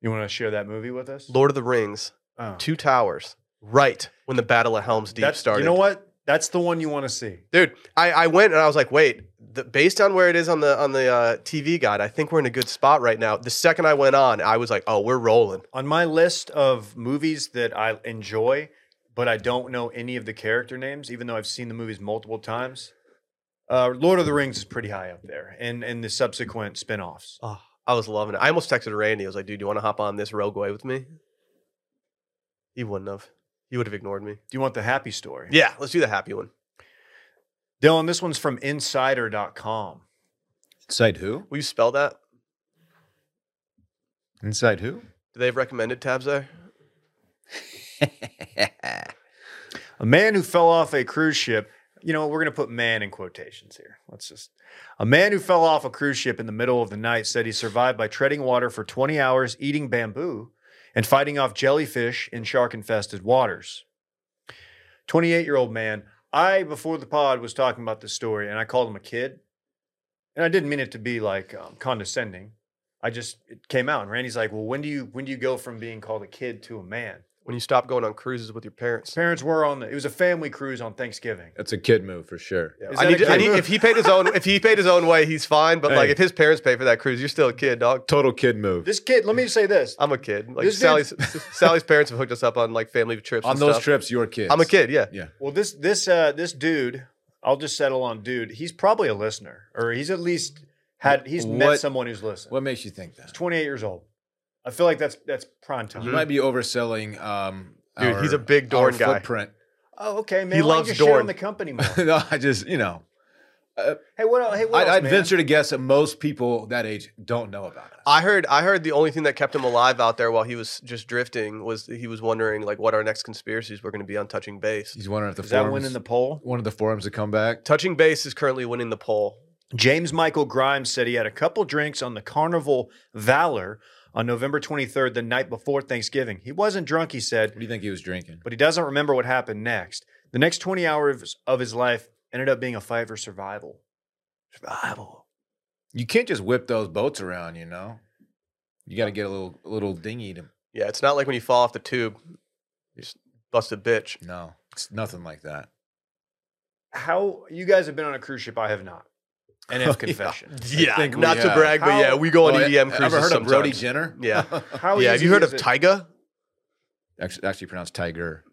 [SPEAKER 2] You want to share that movie with us?
[SPEAKER 1] Lord of the Rings,
[SPEAKER 2] Oh.
[SPEAKER 1] Two Towers, right when the Battle of Helm's Deep
[SPEAKER 2] That's-
[SPEAKER 1] started.
[SPEAKER 2] You know what? That's the one you want to see.
[SPEAKER 1] Dude, I, I went and I was like, wait, the, based on where it is on the on the uh, TV guide, I think we're in a good spot right now. The second I went on, I was like, oh, we're rolling.
[SPEAKER 2] On my list of movies that I enjoy, but I don't know any of the character names, even though I've seen the movies multiple times. Uh, Lord of the Rings is pretty high up there, and and the subsequent spin-offs.
[SPEAKER 1] Oh, I was loving it. I almost texted Randy. I was like, dude, you want to hop on this rogue way with me? He wouldn't have. He would have ignored me.
[SPEAKER 2] Do you want the happy story?
[SPEAKER 1] Yeah, let's do the happy one.
[SPEAKER 2] Dylan, this one's from insider.com.
[SPEAKER 3] Inside who?
[SPEAKER 1] Will you spell that?
[SPEAKER 3] Inside who?
[SPEAKER 1] Do they have recommended tabs there?
[SPEAKER 2] A man who fell off a cruise ship. You know, we're going to put man in quotations here. Let's just. A man who fell off a cruise ship in the middle of the night said he survived by treading water for 20 hours, eating bamboo, and fighting off jellyfish in shark infested waters. 28 year old man. I, before the pod, was talking about this story and I called him a kid. And I didn't mean it to be like um, condescending. I just, it came out. And Randy's like, well, when do you, when do you go from being called a kid to a man?
[SPEAKER 1] when you stopped going on cruises with your parents.
[SPEAKER 2] Parents were on the, it was a family cruise on Thanksgiving.
[SPEAKER 3] That's a kid move for sure.
[SPEAKER 1] Yeah.
[SPEAKER 2] Is
[SPEAKER 1] I
[SPEAKER 2] that
[SPEAKER 1] need,
[SPEAKER 2] a
[SPEAKER 1] to- I
[SPEAKER 2] kid?
[SPEAKER 1] need- if he paid his own if he paid his own way, he's fine. But like
[SPEAKER 3] Hey.
[SPEAKER 1] if his parents pay for that cruise, you're still a kid, dog.
[SPEAKER 3] Total kid move.
[SPEAKER 2] This kid, let me say this.
[SPEAKER 1] I'm a kid. Like
[SPEAKER 2] This
[SPEAKER 1] Sally's
[SPEAKER 2] dude's-
[SPEAKER 1] Sally's parents have hooked us up on like family trips.
[SPEAKER 3] On
[SPEAKER 1] and
[SPEAKER 3] those
[SPEAKER 1] stuff.
[SPEAKER 3] trips, your kid.
[SPEAKER 1] I'm a kid. Yeah.
[SPEAKER 3] Yeah.
[SPEAKER 2] Well, this this uh this dude, I'll just settle on dude. He's probably a listener, or he's at least had he's met
[SPEAKER 3] What-
[SPEAKER 2] someone who's listened.
[SPEAKER 3] What makes you think that?
[SPEAKER 2] 28 years old. I feel like that's that's prime time.
[SPEAKER 3] You might be overselling. Um,
[SPEAKER 1] Dude,
[SPEAKER 3] our-
[SPEAKER 1] he's a big
[SPEAKER 3] our
[SPEAKER 1] Dorn guy.
[SPEAKER 3] Footprint.
[SPEAKER 2] Oh, okay, man.
[SPEAKER 1] He
[SPEAKER 2] He
[SPEAKER 1] loves
[SPEAKER 2] loves just shit
[SPEAKER 1] Dorn.
[SPEAKER 2] on the company more.
[SPEAKER 3] no, I just you know,
[SPEAKER 2] hey, what? el- Hey, what
[SPEAKER 3] I,
[SPEAKER 2] else,
[SPEAKER 3] I'd
[SPEAKER 2] man?
[SPEAKER 3] venture to guess that most people that age don't know about us.
[SPEAKER 1] I heard. I heard the only thing that kept him alive out there while he was just drifting was he was wondering like what our next conspiracies were going to be on touching base.
[SPEAKER 3] He's wondering if the
[SPEAKER 2] Is
[SPEAKER 3] forums,
[SPEAKER 2] that winning the poll?
[SPEAKER 3] one of the forums to come back.
[SPEAKER 1] Touching base is currently winning the poll.
[SPEAKER 2] James Michael Grimes said he had a couple drinks on the Carnival Valor on November 23rd, the night before Thanksgiving. He wasn't drunk, he said,
[SPEAKER 3] What do you think he was drinking?
[SPEAKER 2] but he doesn't remember what happened next. The next 20 hours of his life ended up being a fight for survival. Survival.
[SPEAKER 3] You can't just whip those boats around, you know. You got to get a little a little dingy to.
[SPEAKER 1] Yeah, it's not like when you fall off the tube, you just bust a bitch.
[SPEAKER 3] No, it's nothing like that.
[SPEAKER 2] How you guys have been on a cruise ship? I have not. NF
[SPEAKER 3] yeah.
[SPEAKER 2] confession.
[SPEAKER 1] Yeah,
[SPEAKER 3] think we
[SPEAKER 1] not to
[SPEAKER 3] have.
[SPEAKER 1] brag, but
[SPEAKER 2] How-
[SPEAKER 1] yeah, we go on
[SPEAKER 3] Oh, yeah.
[SPEAKER 1] EDM cruises
[SPEAKER 3] Ever heard
[SPEAKER 1] sometimes.
[SPEAKER 3] of Brody Jenner?
[SPEAKER 1] Yeah.
[SPEAKER 2] How
[SPEAKER 1] yeah, have
[SPEAKER 2] easy
[SPEAKER 1] you heard of
[SPEAKER 2] is it-
[SPEAKER 1] Tyga?
[SPEAKER 3] actually, actually pronounced Tiger.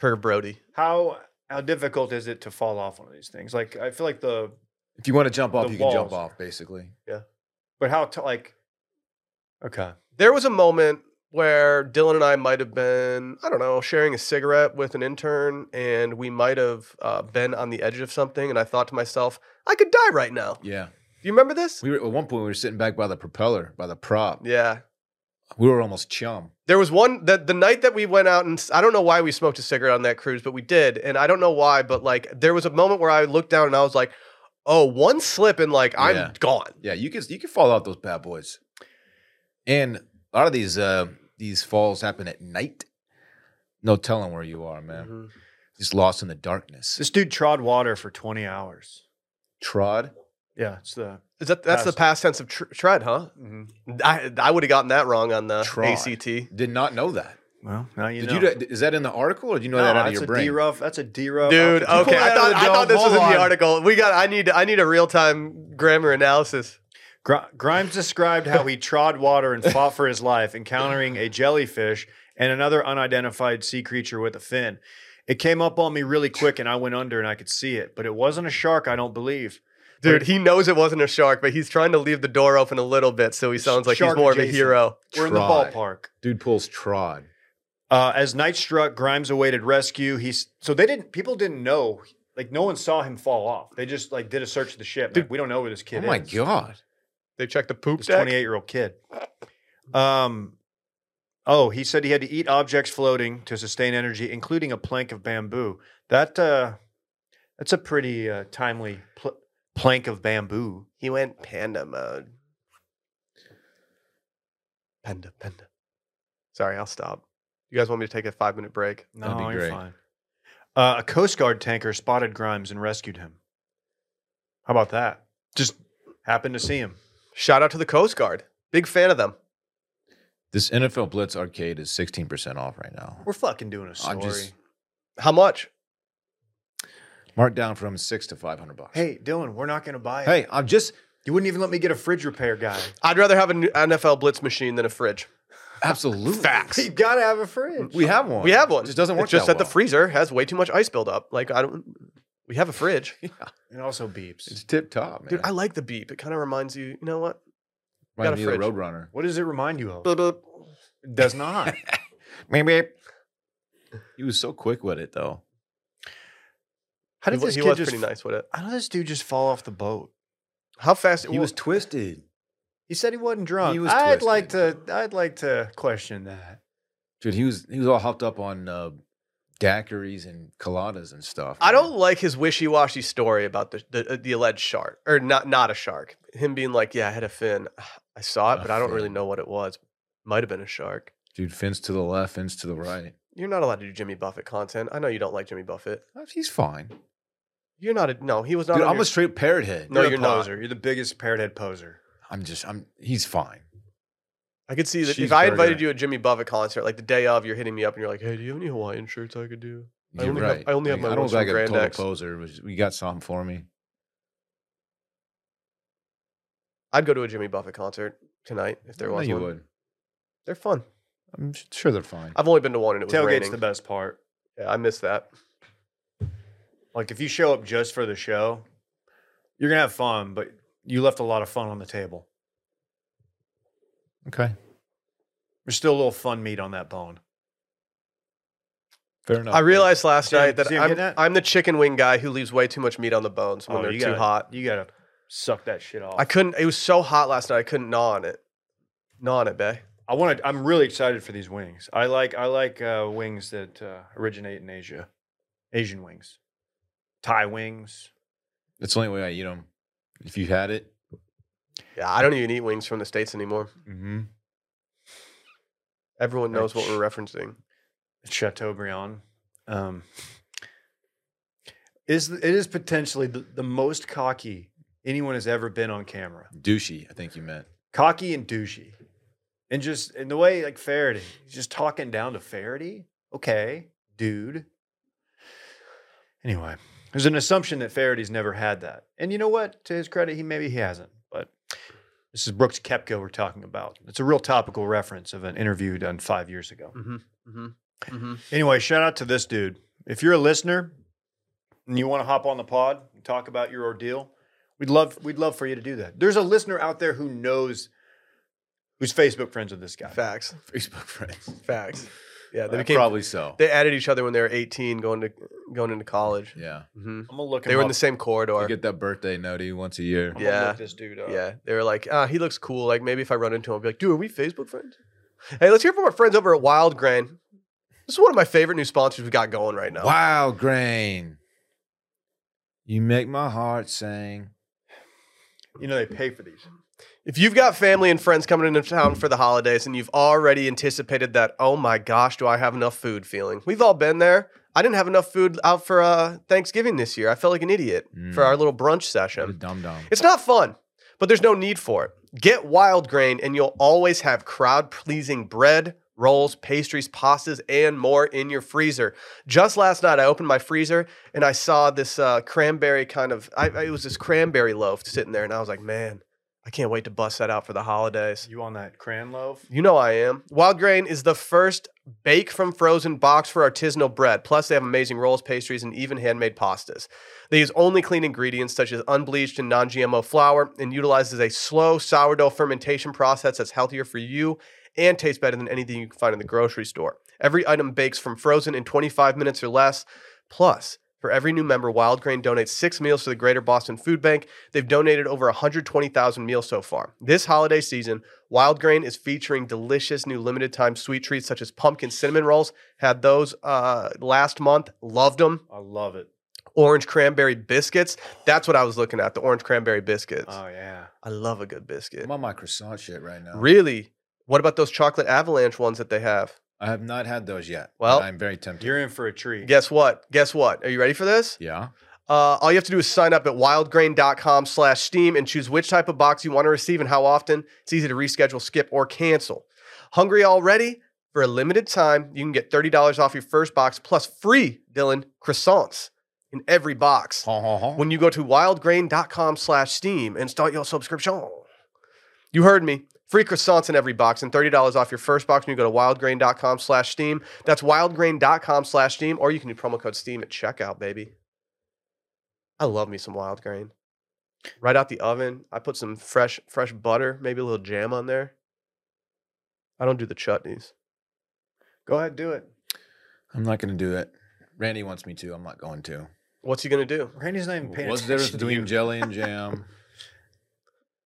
[SPEAKER 1] Per Brody.
[SPEAKER 2] How how difficult is it to fall off one of these things? Like I feel like the
[SPEAKER 3] If you want to jump off,
[SPEAKER 2] The
[SPEAKER 3] you can jump
[SPEAKER 2] walls.
[SPEAKER 3] off. Basically,
[SPEAKER 2] but how t- like okay
[SPEAKER 1] There was a moment where Dylan and I might have been, I don't know, sharing a cigarette with an intern, and we might have uh, been on the edge of something. And I thought to myself, I could die right now. Do
[SPEAKER 3] yeah.
[SPEAKER 1] you remember this?
[SPEAKER 3] We were at one point we were sitting back by the propeller, by the prop.
[SPEAKER 1] yeah.
[SPEAKER 3] We were almost chum.
[SPEAKER 1] There was one that the night that we went out, and s- I don't know why we smoked a cigarette on that cruise, but we did, and I don't know why, but like there was a moment where I looked down and I was like, "Oh, one slip and like I'm
[SPEAKER 3] Yeah.
[SPEAKER 1] gone."
[SPEAKER 3] Yeah, you can you can fall out those bad boys. And a lot of these uh these falls happen at night. No telling where you are, man.
[SPEAKER 1] Mhm.
[SPEAKER 3] Just lost in the darkness.
[SPEAKER 2] this dude trod water for 20 hours
[SPEAKER 3] trod.
[SPEAKER 2] yeah it's the
[SPEAKER 1] Is that that's the past tense of tr- tread, huh?
[SPEAKER 3] Mm-hmm.
[SPEAKER 1] I I would have gotten that wrong on the
[SPEAKER 3] Trod.
[SPEAKER 1] ACT.
[SPEAKER 3] Did not know that.
[SPEAKER 2] well now you
[SPEAKER 3] Did
[SPEAKER 2] know
[SPEAKER 3] you? Is that in the article, or did you know
[SPEAKER 2] No,
[SPEAKER 3] that out of
[SPEAKER 2] that's
[SPEAKER 3] your
[SPEAKER 2] a
[SPEAKER 3] brain?
[SPEAKER 2] D-rough, that's a d-rough
[SPEAKER 1] Dude,
[SPEAKER 2] How could you
[SPEAKER 1] Oh, okay.
[SPEAKER 2] pull
[SPEAKER 1] I
[SPEAKER 2] that
[SPEAKER 1] thought,
[SPEAKER 2] out of
[SPEAKER 1] I
[SPEAKER 2] the
[SPEAKER 1] thought
[SPEAKER 2] dome?
[SPEAKER 1] this was
[SPEAKER 2] Hold
[SPEAKER 1] in the
[SPEAKER 2] on.
[SPEAKER 1] article. We got I need I need a real time grammar analysis.
[SPEAKER 2] Gr- grimes described how he trod water and fought for his life encountering a jellyfish and another unidentified sea creature with a fin it came up on me really quick and i went under and i could see it but it wasn't a shark i don't believe
[SPEAKER 1] Dude, he knows it wasn't a shark, but he's trying to leave the door open a little bit so he sounds like he's
[SPEAKER 2] Shark
[SPEAKER 1] more of a
[SPEAKER 2] adjacent.
[SPEAKER 1] hero.
[SPEAKER 2] we're in the
[SPEAKER 3] Trod.
[SPEAKER 2] ballpark
[SPEAKER 3] Dude pulls trod.
[SPEAKER 2] Uh, as night struck, Grimes awaited rescue. He's so they didn't. People didn't know. Like no one saw him fall off. They just like did a search of the ship. Like, we don't know where this kid is.
[SPEAKER 3] oh my god!
[SPEAKER 1] They checked the poop
[SPEAKER 2] this
[SPEAKER 1] deck.
[SPEAKER 2] twenty-eight year old kid. Um. Oh, he said he had to eat objects floating to sustain energy, including a plank of bamboo. That uh, that's a pretty uh, timely pl- plank of bamboo.
[SPEAKER 1] He went panda mode. Panda, panda. Sorry, I'll stop. You guys want me to take a five minute break?
[SPEAKER 2] No,
[SPEAKER 3] That'd be
[SPEAKER 2] you're
[SPEAKER 3] great.
[SPEAKER 2] fine. Uh, a Coast Guard tanker spotted Grimes and rescued him. How about that? Just happened to see him.
[SPEAKER 1] Shout out to the Coast Guard. Big fan of them.
[SPEAKER 3] This NFL Blitz arcade is sixteen percent off right now.
[SPEAKER 2] We're fucking doing a story.
[SPEAKER 3] I'm just-
[SPEAKER 1] How much?
[SPEAKER 3] Marked down from six to five hundred bucks.
[SPEAKER 2] hey, Dylan, we're not gonna buy it.
[SPEAKER 3] hey! I'm just
[SPEAKER 2] You wouldn't even let me get a fridge repair guy.
[SPEAKER 1] I'd rather have an NFL blitz machine than a fridge.
[SPEAKER 3] absolutely
[SPEAKER 2] You gotta have a fridge.
[SPEAKER 3] We have one.
[SPEAKER 1] We have one.
[SPEAKER 3] It just doesn't
[SPEAKER 1] It's
[SPEAKER 3] work.
[SPEAKER 1] just that
[SPEAKER 3] that
[SPEAKER 1] the
[SPEAKER 3] well.
[SPEAKER 1] freezer has way too much ice buildup. Like I don't. We have a fridge,
[SPEAKER 2] It also beeps.
[SPEAKER 3] It's tip top, man.
[SPEAKER 1] dude. I like the beep. It kind of reminds you. You know what? got a
[SPEAKER 3] Reminds me of the
[SPEAKER 1] fridge.
[SPEAKER 3] Roadrunner.
[SPEAKER 2] What does it remind you of?
[SPEAKER 1] Boop, boop.
[SPEAKER 2] It does not.
[SPEAKER 3] Maybe. He was so quick with it though.
[SPEAKER 2] How
[SPEAKER 1] He,
[SPEAKER 2] did
[SPEAKER 1] wa-
[SPEAKER 2] this
[SPEAKER 1] he
[SPEAKER 2] kid
[SPEAKER 1] was
[SPEAKER 2] just?
[SPEAKER 1] pretty nice with it.
[SPEAKER 2] How did this dude just fall off the boat?
[SPEAKER 1] How fast?
[SPEAKER 3] He was twisted.
[SPEAKER 2] He said he wasn't drunk.
[SPEAKER 3] He was
[SPEAKER 2] I'd like to.
[SPEAKER 3] twisted.
[SPEAKER 2] I'd like to question that.
[SPEAKER 3] Dude, he was he was all hopped up on uh, daiquiris and coladas and stuff.
[SPEAKER 1] I
[SPEAKER 3] man.
[SPEAKER 1] don't like his wishy-washy story about the the, the alleged shark or not not a shark. Him being like, "Yeah, I had a fin. I saw it,
[SPEAKER 3] A
[SPEAKER 1] but I don't really
[SPEAKER 3] fin.
[SPEAKER 1] know what it was. Might have been a shark."
[SPEAKER 3] Dude, fins to the left, fins to the right.
[SPEAKER 1] You're not allowed to do Jimmy Buffett content. I know you don't like Jimmy Buffett.
[SPEAKER 3] Uh, He's fine.
[SPEAKER 1] You're not a no. He was not.
[SPEAKER 3] Dude,
[SPEAKER 1] on
[SPEAKER 3] I'm
[SPEAKER 1] your-
[SPEAKER 3] a straight parrot head.
[SPEAKER 1] No,
[SPEAKER 2] You're,
[SPEAKER 1] you're
[SPEAKER 2] a
[SPEAKER 1] not.
[SPEAKER 2] poser. You're the biggest parrothead poser.
[SPEAKER 3] I'm just I'm he's fine.
[SPEAKER 1] I could see that if
[SPEAKER 3] Cheeseburger.
[SPEAKER 1] I invited you to a Jimmy Buffett concert, like the day of, you're hitting me up and you're like, "Hey, do you have any Hawaiian shirts I could do?" I
[SPEAKER 3] You're
[SPEAKER 1] only have-
[SPEAKER 3] right.
[SPEAKER 1] I only have my
[SPEAKER 3] I don't
[SPEAKER 1] ones
[SPEAKER 3] look like
[SPEAKER 1] from
[SPEAKER 3] a
[SPEAKER 1] Grand
[SPEAKER 3] total
[SPEAKER 1] X.
[SPEAKER 3] poser. but You got something for me.
[SPEAKER 1] I'd go to a Jimmy Buffett concert tonight if there
[SPEAKER 3] I know
[SPEAKER 1] was
[SPEAKER 3] you
[SPEAKER 1] one.
[SPEAKER 3] would.
[SPEAKER 1] They're fun.
[SPEAKER 3] I'm s- sure they're fine.
[SPEAKER 1] I've only been to one and it was
[SPEAKER 2] Tailgate's
[SPEAKER 1] raining.
[SPEAKER 2] the best part.
[SPEAKER 1] Yeah, I missed that.
[SPEAKER 2] Like if you show up just for the show, you're gonna have fun, but you left a lot of fun on the table.
[SPEAKER 3] Okay,
[SPEAKER 2] There's still a little fun meat on that bone.
[SPEAKER 3] fair enough.
[SPEAKER 1] I realized last
[SPEAKER 2] See, I'm-
[SPEAKER 1] night that
[SPEAKER 2] see, I'm
[SPEAKER 1] I'm,
[SPEAKER 2] getting that?
[SPEAKER 1] I'm the chicken wing guy who leaves way too much meat on the bones when
[SPEAKER 2] Oh,
[SPEAKER 1] they're
[SPEAKER 2] you
[SPEAKER 1] too
[SPEAKER 2] gotta-
[SPEAKER 1] hot.
[SPEAKER 2] You gotta suck that shit off.
[SPEAKER 1] I couldn't. It was so hot last night. I couldn't gnaw on it. Gnaw on it, Bay.
[SPEAKER 2] I want to. I'm really excited for these wings. I like I like uh, wings that uh, originate in Asia, Asian wings, Thai wings.
[SPEAKER 3] It's the only way I eat them. If you had it,
[SPEAKER 1] Yeah, I don't even eat wings from the states anymore.
[SPEAKER 3] mm-hmm.
[SPEAKER 1] Everyone
[SPEAKER 2] Right.
[SPEAKER 1] knows what we're referencing.
[SPEAKER 2] Chateaubriand. Um, is the- it is potentially the, the most cocky anyone has ever been on camera.
[SPEAKER 3] douchey. I think you meant.
[SPEAKER 2] Cocky and douchey, and just in the way like Faraday, he's just talking down to Faraday. Okay, dude. Anyway, there's an assumption that Faraday's never had that, and you know what? To his credit, he maybe he hasn't. But this is Brooks Kepko we're talking about. It's a real topical reference of an interview done five years ago.
[SPEAKER 1] Mm-hmm. Mm-hmm. Mm-hmm.
[SPEAKER 2] Anyway, shout out to this dude. If you're a listener and you want to hop on the pod and talk about your ordeal, we'd love we'd love for you to do that. There's a listener out there who knows who's Facebook friends with this guy.
[SPEAKER 1] Facts.
[SPEAKER 3] Facebook friends.
[SPEAKER 1] Facts. Yeah, they
[SPEAKER 3] Uh,
[SPEAKER 1] became
[SPEAKER 3] probably so.
[SPEAKER 1] They added each other when they were 18, going to going into college.
[SPEAKER 3] yeah,
[SPEAKER 1] hmm
[SPEAKER 2] I'm gonna look.
[SPEAKER 1] They
[SPEAKER 2] him
[SPEAKER 1] were in
[SPEAKER 2] up.
[SPEAKER 1] the same
[SPEAKER 3] you
[SPEAKER 1] corridor.
[SPEAKER 3] get that birthday nutty once a year.
[SPEAKER 2] I'm gonna
[SPEAKER 1] Yeah.
[SPEAKER 2] look this dude up.
[SPEAKER 1] Yeah, they were like, ah, he looks cool. Like maybe if I run into him, I'll be like, dude, are we Facebook friends? Hey, let's hear from our friends over at Wild Grain. This is one of my favorite new sponsors we got going right now.
[SPEAKER 3] Wow, grain. You make my heart sing.
[SPEAKER 2] You know they pay for these.
[SPEAKER 1] If you've got family and friends coming into town for the holidays and you've already anticipated that, oh my gosh, do I have enough food feeling? We've all been there. I didn't have enough food out for uh, Thanksgiving this year. I felt like an idiot for
[SPEAKER 3] Mm.
[SPEAKER 1] our little brunch session.
[SPEAKER 3] Dum dum.
[SPEAKER 1] It's not fun, but there's no need for it. Get wild grain and you'll always have crowd pleasing bread, rolls, pastries, pastas, and more in your freezer. Just last night, I opened my freezer and I saw this uh, cranberry kind of, I, I- it was this cranberry loaf sitting there, and I was like, man, I can't wait to bust that out for the holidays.
[SPEAKER 2] You on that cran loaf?
[SPEAKER 1] You know I am. Wild Grain is the first bake from frozen box for artisanal bread. Plus, they have amazing rolls, pastries, and even handmade pastas. They use only clean ingredients such as unbleached and non-GMO flour, and utilizes a slow sourdough fermentation process that's healthier for you and tastes better than anything you can find in the grocery store. Every item bakes from frozen in 25 minutes or less. Plus, for every new member, Wild Grain donates six meals to the Greater Boston Food Bank. They've donated over 120,000 meals so far. This holiday season, Wild Grain is featuring delicious new limited time sweet treats such as pumpkin cinnamon rolls. Had those uh, last month, loved them.
[SPEAKER 2] I love it.
[SPEAKER 1] Orange cranberry biscuits. That's what I was looking at. The orange cranberry biscuits.
[SPEAKER 2] Oh yeah.
[SPEAKER 1] I love a good biscuit.
[SPEAKER 3] I'm Uh, on my croissant shit right now.
[SPEAKER 1] Really? What about those chocolate avalanche ones that they have?
[SPEAKER 3] I have not had those yet. but
[SPEAKER 1] Well-
[SPEAKER 3] I'm very tempted.
[SPEAKER 2] You're in for a treat.
[SPEAKER 1] Guess what? Guess what? Are you ready for this?
[SPEAKER 3] yeah.
[SPEAKER 1] Uh, all you have to do is sign up at wildgrain.com slash steam and choose which type of box you want to receive and how often. It's easy to reschedule, skip, or cancel. Hungry already? For a limited time, you can get $30 off your first box plus free, Dylan, croissants in every box
[SPEAKER 3] Hon, hon, hon.
[SPEAKER 1] when you go to wildgrain.com slash steam and start your subscription. You heard me. Free croissants in every box and $30 off your first box when you go to wildgrain.com slash steam. That's wildgrain.com slash steam, or you can do promo code steam at checkout, baby. I love me some wild grain. Right out the oven. I put some fresh, fresh butter, maybe a little jam on there. I don't do the chutneys.
[SPEAKER 2] Go ahead, do it.
[SPEAKER 3] I'm not going to do it. Randy wants me to. I'm not going to.
[SPEAKER 1] What's he gonna do?
[SPEAKER 2] Randy's not even paying
[SPEAKER 3] What's the difference
[SPEAKER 2] attention. to you.
[SPEAKER 3] between jelly and jam?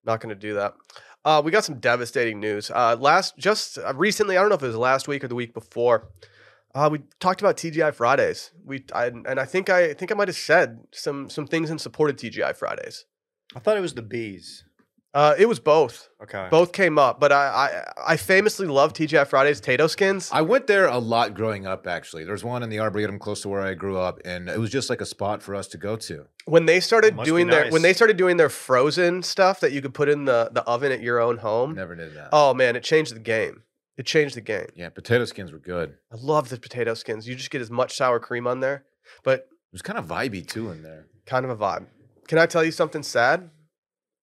[SPEAKER 1] Not going to do that. Uh, we got some devastating news. Uh, last, just uh, recently, I don't know if it was last week or the week before. Uh, we talked about TGI Fridays. We I, and I think I, I think I might have said some some things in support of TGI Fridays.
[SPEAKER 2] I thought it was the bees.
[SPEAKER 1] Uh, it was both.
[SPEAKER 2] Okay.
[SPEAKER 1] Both came up, but I I, I famously love TGI Fridays Tato skins.
[SPEAKER 3] I went there a lot growing up, actually. There's one in the Arboretum close to where I grew up, and it was just like a spot for us to go to.
[SPEAKER 1] When they started
[SPEAKER 2] Must be
[SPEAKER 1] doing their when
[SPEAKER 2] nice.
[SPEAKER 1] they started doing their frozen stuff that you could put in the the oven at your own home.
[SPEAKER 3] Never did that.
[SPEAKER 1] Oh man, it changed the game. It changed the game.
[SPEAKER 3] Yeah, potato skins were good. It
[SPEAKER 1] I love the potato skins. You just get as much sour cream on there, but
[SPEAKER 3] was kind of vibey too in there.
[SPEAKER 1] kind of a vibe. Can I tell you something sad?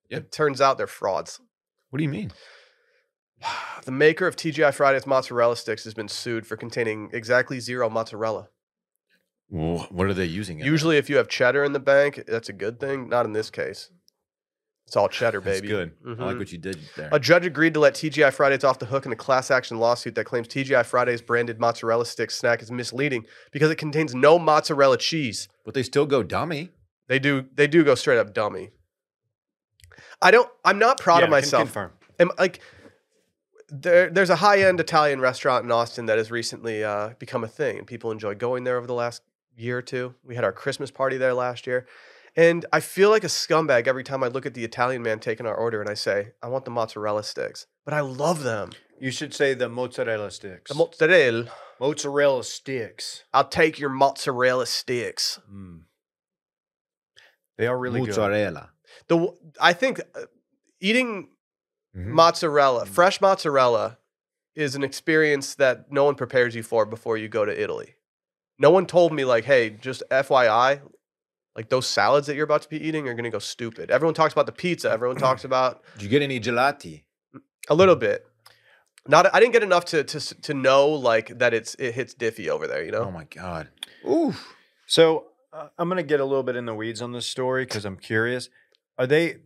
[SPEAKER 3] Yeah.
[SPEAKER 1] It turns out they're frauds.
[SPEAKER 3] What do you mean?
[SPEAKER 1] The maker of TGI Fridays mozzarella sticks has been sued for containing exactly zero mozzarella.
[SPEAKER 3] What are they using? in
[SPEAKER 1] Usually, if you have cheddar in the bank, that's a good thing. Not in this case. It's all cheddar,
[SPEAKER 3] there? That's
[SPEAKER 1] baby.
[SPEAKER 3] good. I
[SPEAKER 1] Mhm.
[SPEAKER 3] like what you did there.
[SPEAKER 1] A judge agreed to let TGI Fridays off the hook in a class action lawsuit that claims TGI Fridays branded mozzarella stick snack is misleading because it contains no mozzarella cheese.
[SPEAKER 3] but they still go dummy.
[SPEAKER 1] They do they do go straight up dummy. I don't I'm not proud
[SPEAKER 2] Yeah,
[SPEAKER 1] of
[SPEAKER 2] can
[SPEAKER 1] myself.
[SPEAKER 2] confirm.
[SPEAKER 1] Am, like there, there's a high-end Italian restaurant in Austin that has recently uh, become a thing, and people enjoy going there over the last year or two. We had our Christmas party there last year, and I feel like a scumbag every time I look at the Italian man taking our order and I say, "I want the mozzarella sticks," but I love them.
[SPEAKER 2] You should say the mozzarella sticks.
[SPEAKER 1] The mozzarella.
[SPEAKER 2] mozzarella sticks.
[SPEAKER 1] I'll take your mozzarella sticks.
[SPEAKER 2] Mm. They are really good.
[SPEAKER 3] Mozzarella.
[SPEAKER 1] The w- I think uh, eating
[SPEAKER 3] Mhm.
[SPEAKER 1] mozzarella,
[SPEAKER 2] Mm.
[SPEAKER 1] fresh mozzarella, is an experience that no one prepares you for before you go to Italy. No one told me like, hey, just FYI, like those salads that you're about to be eating are gonna go stupid. Everyone talks about the pizza. Everyone talks about
[SPEAKER 3] Did you get any gelati?
[SPEAKER 1] a little bit. Not, I didn't get enough to to s- to know like that it's it hits diffy over there. You
[SPEAKER 3] Oh
[SPEAKER 1] know,
[SPEAKER 3] my god. Oof.
[SPEAKER 2] So uh, I'm going to get a little bit in the weeds on this story because I'm curious. Are they?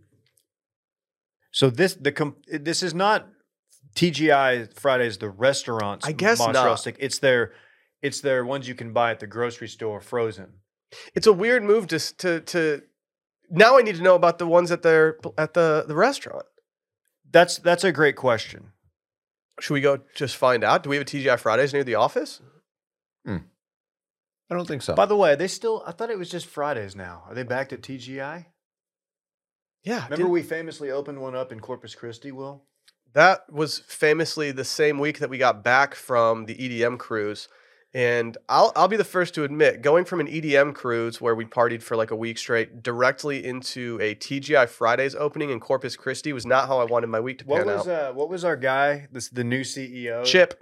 [SPEAKER 2] So this the com- this is not TGI Fridays the restaurants.
[SPEAKER 1] I guess
[SPEAKER 2] mozzarella
[SPEAKER 1] not.
[SPEAKER 2] stick. It's their it's their ones you can buy at the grocery store frozen.
[SPEAKER 1] it's a weird move to s- to to. Now I need to know about the ones at their at the the restaurant.
[SPEAKER 2] That's that's a great question.
[SPEAKER 1] Should we go just find out? Do we have a TGI Fridays near the office?
[SPEAKER 3] I don't think so.
[SPEAKER 2] By the way, are they still I thought it was just Fridays now. Are they back to TGI?
[SPEAKER 1] Yeah,
[SPEAKER 2] Remember we famously opened one up in Corpus Christi, Will?
[SPEAKER 1] That was famously the same week that we got back from the EDM cruise. And I'll, I'll be the first to admit, going from an EDM cruise where we partied for like a week straight directly into a TGI Fridays opening in Corpus Christi was not how I wanted my week to
[SPEAKER 2] What
[SPEAKER 1] pan
[SPEAKER 2] was
[SPEAKER 1] out.
[SPEAKER 2] uh, what was our guy? This the new E CEO.
[SPEAKER 1] Chip,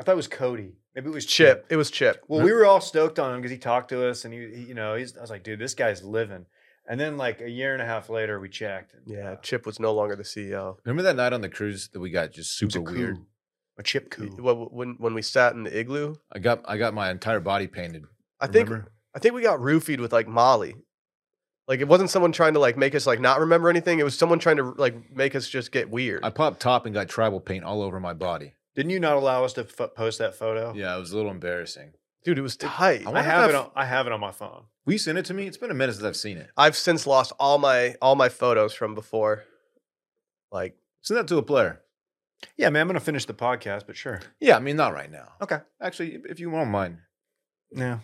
[SPEAKER 2] I thought it was Cody. Maybe it was Chip.
[SPEAKER 1] Chip. It was Chip.
[SPEAKER 2] Well, we were all stoked on him because he talked to us, and he, he- you know, he's. I was like, dude, this guy's living. And then like a year and a half later, we checked. and,
[SPEAKER 1] Yeah,
[SPEAKER 2] uh,
[SPEAKER 1] Chip was no longer the E CEO.
[SPEAKER 3] Remember that night on the cruise that we got just
[SPEAKER 2] it was
[SPEAKER 3] super
[SPEAKER 2] a
[SPEAKER 3] weird.
[SPEAKER 2] coup. A chip coup.
[SPEAKER 1] When, when- when we sat in the igloo,
[SPEAKER 3] I got I got my entire body painted.
[SPEAKER 1] I think
[SPEAKER 3] Remember?
[SPEAKER 1] I think we got roofied with like Molly. Like it wasn't someone trying to like make us like not remember anything. It was someone trying to like make us just get weird.
[SPEAKER 3] I popped top and got tribal paint all over my body.
[SPEAKER 2] Didn't you not allow us to fo- post that photo?
[SPEAKER 3] Yeah, it was a little embarrassing.
[SPEAKER 1] Dude, it was tight.
[SPEAKER 3] I
[SPEAKER 2] I
[SPEAKER 3] wonder
[SPEAKER 2] have
[SPEAKER 3] if
[SPEAKER 2] it.
[SPEAKER 3] I've-
[SPEAKER 2] On, I have it on my phone.
[SPEAKER 3] Will you send it to me? It's been a minute since I've seen it.
[SPEAKER 1] I've since lost all my all my photos from before. Like
[SPEAKER 3] Send that to a player.
[SPEAKER 2] Yeah, man, I'm gonna finish the podcast, but sure.
[SPEAKER 3] Yeah, I mean not right now.
[SPEAKER 2] Okay.
[SPEAKER 3] Actually, if- if you won't mind.
[SPEAKER 2] Yeah,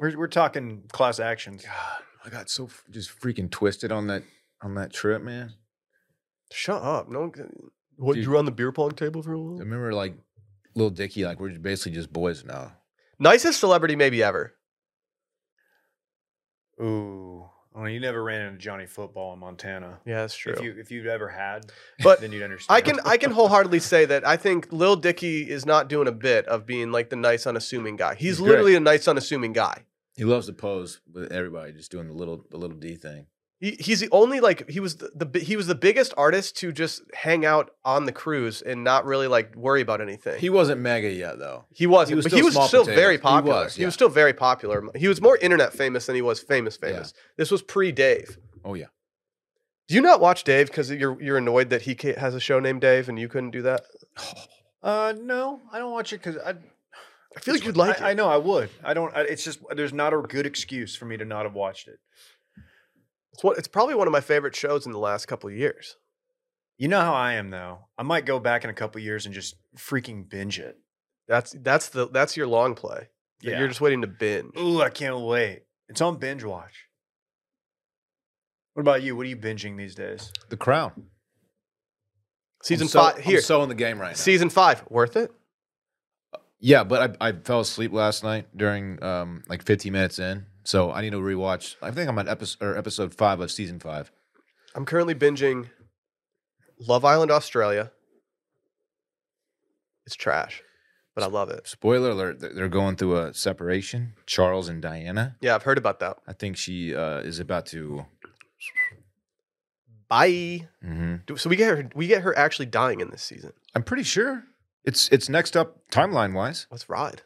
[SPEAKER 2] we're we're talking class actions.
[SPEAKER 3] God, I got so f- just freaking twisted on that on that trip, man.
[SPEAKER 1] shut up. No one can- What
[SPEAKER 3] Dude.
[SPEAKER 1] you were on the beer pong table for a
[SPEAKER 3] I
[SPEAKER 1] while?
[SPEAKER 3] remember like little Dicky, like we're basically just boys now.
[SPEAKER 1] Nicest celebrity maybe ever.
[SPEAKER 2] Ooh, well, you never ran into Johnny Football in Montana.
[SPEAKER 1] Yeah, that's true.
[SPEAKER 2] If you if you've ever had,
[SPEAKER 1] But
[SPEAKER 2] then you'd understand.
[SPEAKER 1] I can I can wholeheartedly say that I think Lil Dicky is not doing a bit of being like the nice unassuming guy. He's,
[SPEAKER 3] He's great.
[SPEAKER 1] literally a nice unassuming guy.
[SPEAKER 3] He loves to pose with everybody, just doing the little the little D thing.
[SPEAKER 1] He, he's the only like he was the, the bi- he was the biggest artist to just hang out on the cruise and not really like worry about anything.
[SPEAKER 3] He wasn't mega yet though.
[SPEAKER 1] He wasn't,
[SPEAKER 3] He was
[SPEAKER 1] but
[SPEAKER 3] still
[SPEAKER 1] he was
[SPEAKER 3] small
[SPEAKER 1] still
[SPEAKER 3] potatoes.
[SPEAKER 1] very
[SPEAKER 3] He
[SPEAKER 1] popular. He was,
[SPEAKER 3] was, yeah.
[SPEAKER 1] still very popular. He was more internet famous than he was famous famous. This was pre Dave.
[SPEAKER 3] Oh yeah.
[SPEAKER 1] Do you not watch Dave because you're you're annoyed that he ca has a show named Dave and you couldn't do that?
[SPEAKER 2] Uh, no, I don't watch it because I
[SPEAKER 1] I feel like
[SPEAKER 2] It's-
[SPEAKER 1] you'd like
[SPEAKER 2] I, I
[SPEAKER 1] it.
[SPEAKER 2] know I would. I don't. I, it's just there's not a good excuse for me to not have watched it.
[SPEAKER 1] It's, what, it's probably one of my favorite shows in the last couple of years.
[SPEAKER 2] You know how I am though. I might go back in a couple years and just freaking binge it.
[SPEAKER 1] That's that's the that's your long play. that
[SPEAKER 2] Yeah.
[SPEAKER 1] You're just waiting to binge.
[SPEAKER 2] Ooh, I can't wait. It's on binge watch. What about you? What are you binging these days?
[SPEAKER 3] The crown.
[SPEAKER 1] Season
[SPEAKER 3] I'm so,
[SPEAKER 1] five
[SPEAKER 3] I'm
[SPEAKER 1] here.
[SPEAKER 3] so in the game right now.
[SPEAKER 1] season five, worth it?
[SPEAKER 3] yeah, but I, I fell asleep last night during um like 15 minutes in, so I need to rewatch. I think I'm on episode or episode five of season five.
[SPEAKER 1] I'm currently binging Love Island Australia. It's trash, but I love it.
[SPEAKER 3] Spoiler alert: they're- They're going through a separation. Charles and Diana.
[SPEAKER 1] Yeah, I've heard about that.
[SPEAKER 3] I think she uh, is about to.
[SPEAKER 1] Bye.
[SPEAKER 3] hmm
[SPEAKER 1] Do- So we get her, we get her actually dying in this season.
[SPEAKER 3] I'm pretty sure it's it's next up timeline wise.
[SPEAKER 1] Let's ride.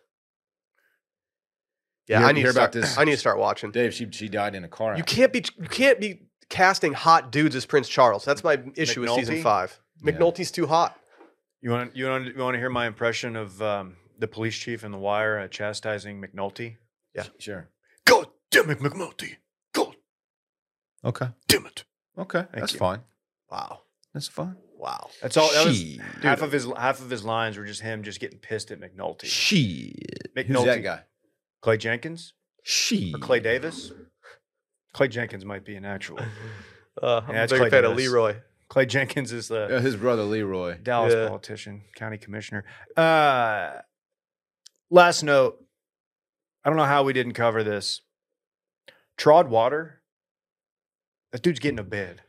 [SPEAKER 1] Yeah,
[SPEAKER 3] You
[SPEAKER 1] I
[SPEAKER 3] hear-
[SPEAKER 1] need
[SPEAKER 3] hear
[SPEAKER 1] to start,
[SPEAKER 3] about this-
[SPEAKER 1] I need to start watching.
[SPEAKER 3] Dave, she she died in a car.
[SPEAKER 1] You
[SPEAKER 3] accident.
[SPEAKER 1] can't be you can't be casting hot dudes as Prince Charles. That's my issue with season
[SPEAKER 2] McNulty?
[SPEAKER 1] five.
[SPEAKER 3] Yeah.
[SPEAKER 1] McNulty's too hot.
[SPEAKER 2] You want you want you want to hear my impression of um, the police chief in The Wire uh, chastising McNulty?
[SPEAKER 3] Sure.
[SPEAKER 2] God damn it, McNulty! God
[SPEAKER 3] Okay.
[SPEAKER 2] damn it!
[SPEAKER 3] Okay. That's
[SPEAKER 2] you.
[SPEAKER 3] fine.
[SPEAKER 1] Wow.
[SPEAKER 3] That's fine.
[SPEAKER 1] Wow.
[SPEAKER 2] That's all. That was,
[SPEAKER 3] she.
[SPEAKER 2] half of his half of his lines were just him just getting pissed at McNulty.
[SPEAKER 3] She. Who's
[SPEAKER 2] McNulty.
[SPEAKER 3] that guy?
[SPEAKER 2] Clay Jenkins
[SPEAKER 3] She.
[SPEAKER 2] or Clay Davis? Clay Jenkins might be an actual.
[SPEAKER 1] Uh, I'm
[SPEAKER 2] Yeah,
[SPEAKER 1] a
[SPEAKER 2] it's
[SPEAKER 1] big
[SPEAKER 2] Clay
[SPEAKER 1] fan of
[SPEAKER 2] Davis.
[SPEAKER 1] Leroy.
[SPEAKER 2] Clay Jenkins is the
[SPEAKER 3] Uh, his brother Leroy.
[SPEAKER 2] Dallas
[SPEAKER 1] Yeah.
[SPEAKER 2] politician, county commissioner. Uh, last note. I don't know how we didn't cover this. Trod Water. That dude's getting a bid.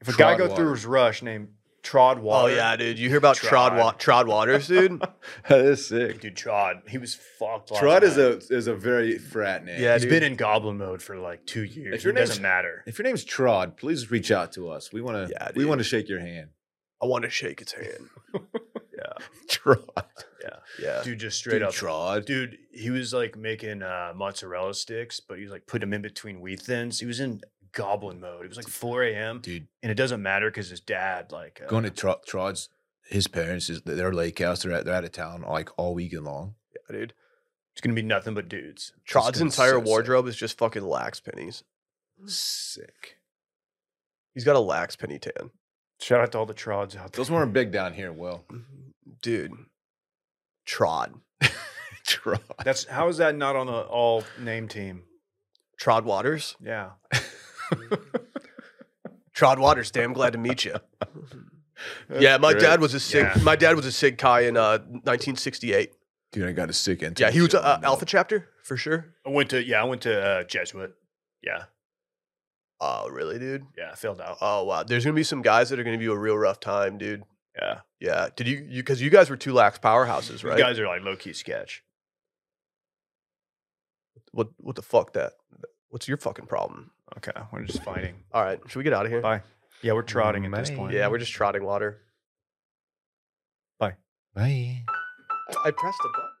[SPEAKER 2] If a guy
[SPEAKER 3] Trod
[SPEAKER 2] go
[SPEAKER 3] Water.
[SPEAKER 2] through his rush named Trod
[SPEAKER 1] Oh
[SPEAKER 2] Water.
[SPEAKER 1] yeah, dude. You hear about Trod
[SPEAKER 2] Trod.
[SPEAKER 1] wa- Trod Waters, dude?
[SPEAKER 3] that is sick.
[SPEAKER 2] dude, Trod. He was fucked. last
[SPEAKER 3] Trud is
[SPEAKER 2] night.
[SPEAKER 3] a is a very frat name.
[SPEAKER 1] Yeah.
[SPEAKER 2] He's
[SPEAKER 1] dude.
[SPEAKER 2] been in goblin mode for like two years.
[SPEAKER 3] If your
[SPEAKER 2] it doesn't
[SPEAKER 3] name's-
[SPEAKER 2] matter.
[SPEAKER 3] If your name's Trod, please reach out to us. We want to.
[SPEAKER 1] Yeah,
[SPEAKER 3] we
[SPEAKER 1] dude.
[SPEAKER 3] want to shake your hand.
[SPEAKER 1] I want to shake his hand.
[SPEAKER 2] Yeah,
[SPEAKER 3] Trod. uh,
[SPEAKER 1] Yeah.
[SPEAKER 2] dude, just straight up.
[SPEAKER 3] Trod.
[SPEAKER 2] Dude, he was like making uh, mozzarella sticks, but he was like putting them in between wheat thins. He was in goblin mode. It was like 4 a.m.
[SPEAKER 3] Dude,
[SPEAKER 2] and it doesn't matter because his dad like uh,
[SPEAKER 3] going to Trod, Trod's. His parents is their lake house. They're out, they're out of town like all weekend long.
[SPEAKER 1] Yeah, dude.
[SPEAKER 2] it's gonna be nothing but dudes
[SPEAKER 1] Trod's
[SPEAKER 3] gonna
[SPEAKER 1] entire
[SPEAKER 3] so sick.
[SPEAKER 1] wardrobe is just fucking lax pennies.
[SPEAKER 3] Sick.
[SPEAKER 1] He's got a lax penny tan.
[SPEAKER 2] shout out to all the trods out there
[SPEAKER 3] Those weren't big down here. Well,
[SPEAKER 1] Dude. Trod.
[SPEAKER 3] Trod.
[SPEAKER 2] that's how is that not on the all name team
[SPEAKER 1] Trod Waters.
[SPEAKER 2] yeah
[SPEAKER 1] Trod Waters, damn glad to meet you. yeah, my dad was a sig.
[SPEAKER 2] Yeah.
[SPEAKER 1] My dad was a sig chi in uh, 1968.
[SPEAKER 3] Dude, I got a sick internship.
[SPEAKER 1] Yeah, he was uh,
[SPEAKER 3] on
[SPEAKER 1] uh,
[SPEAKER 3] that.
[SPEAKER 1] Alpha Chapter for sure.
[SPEAKER 2] i went to yeah i went to uh, jesuit yeah
[SPEAKER 1] Oh, really, dude?
[SPEAKER 2] yeah I failed out
[SPEAKER 1] Oh, wow. There's gonna be some guys that are gonna give you a real rough time, dude.
[SPEAKER 2] yeah
[SPEAKER 1] Yeah. Did you? You because you guys were two lax powerhouses,
[SPEAKER 2] these
[SPEAKER 1] right?
[SPEAKER 2] guys are like low-key sketch
[SPEAKER 1] what? What the fuck? That? What's your fucking problem?
[SPEAKER 2] okay we're just fighting
[SPEAKER 1] All right, should we get out of here?
[SPEAKER 2] Bye. yeah we're trotting at this point
[SPEAKER 1] Yeah, we're just trotting water.
[SPEAKER 3] Bye.
[SPEAKER 1] I pressed the button.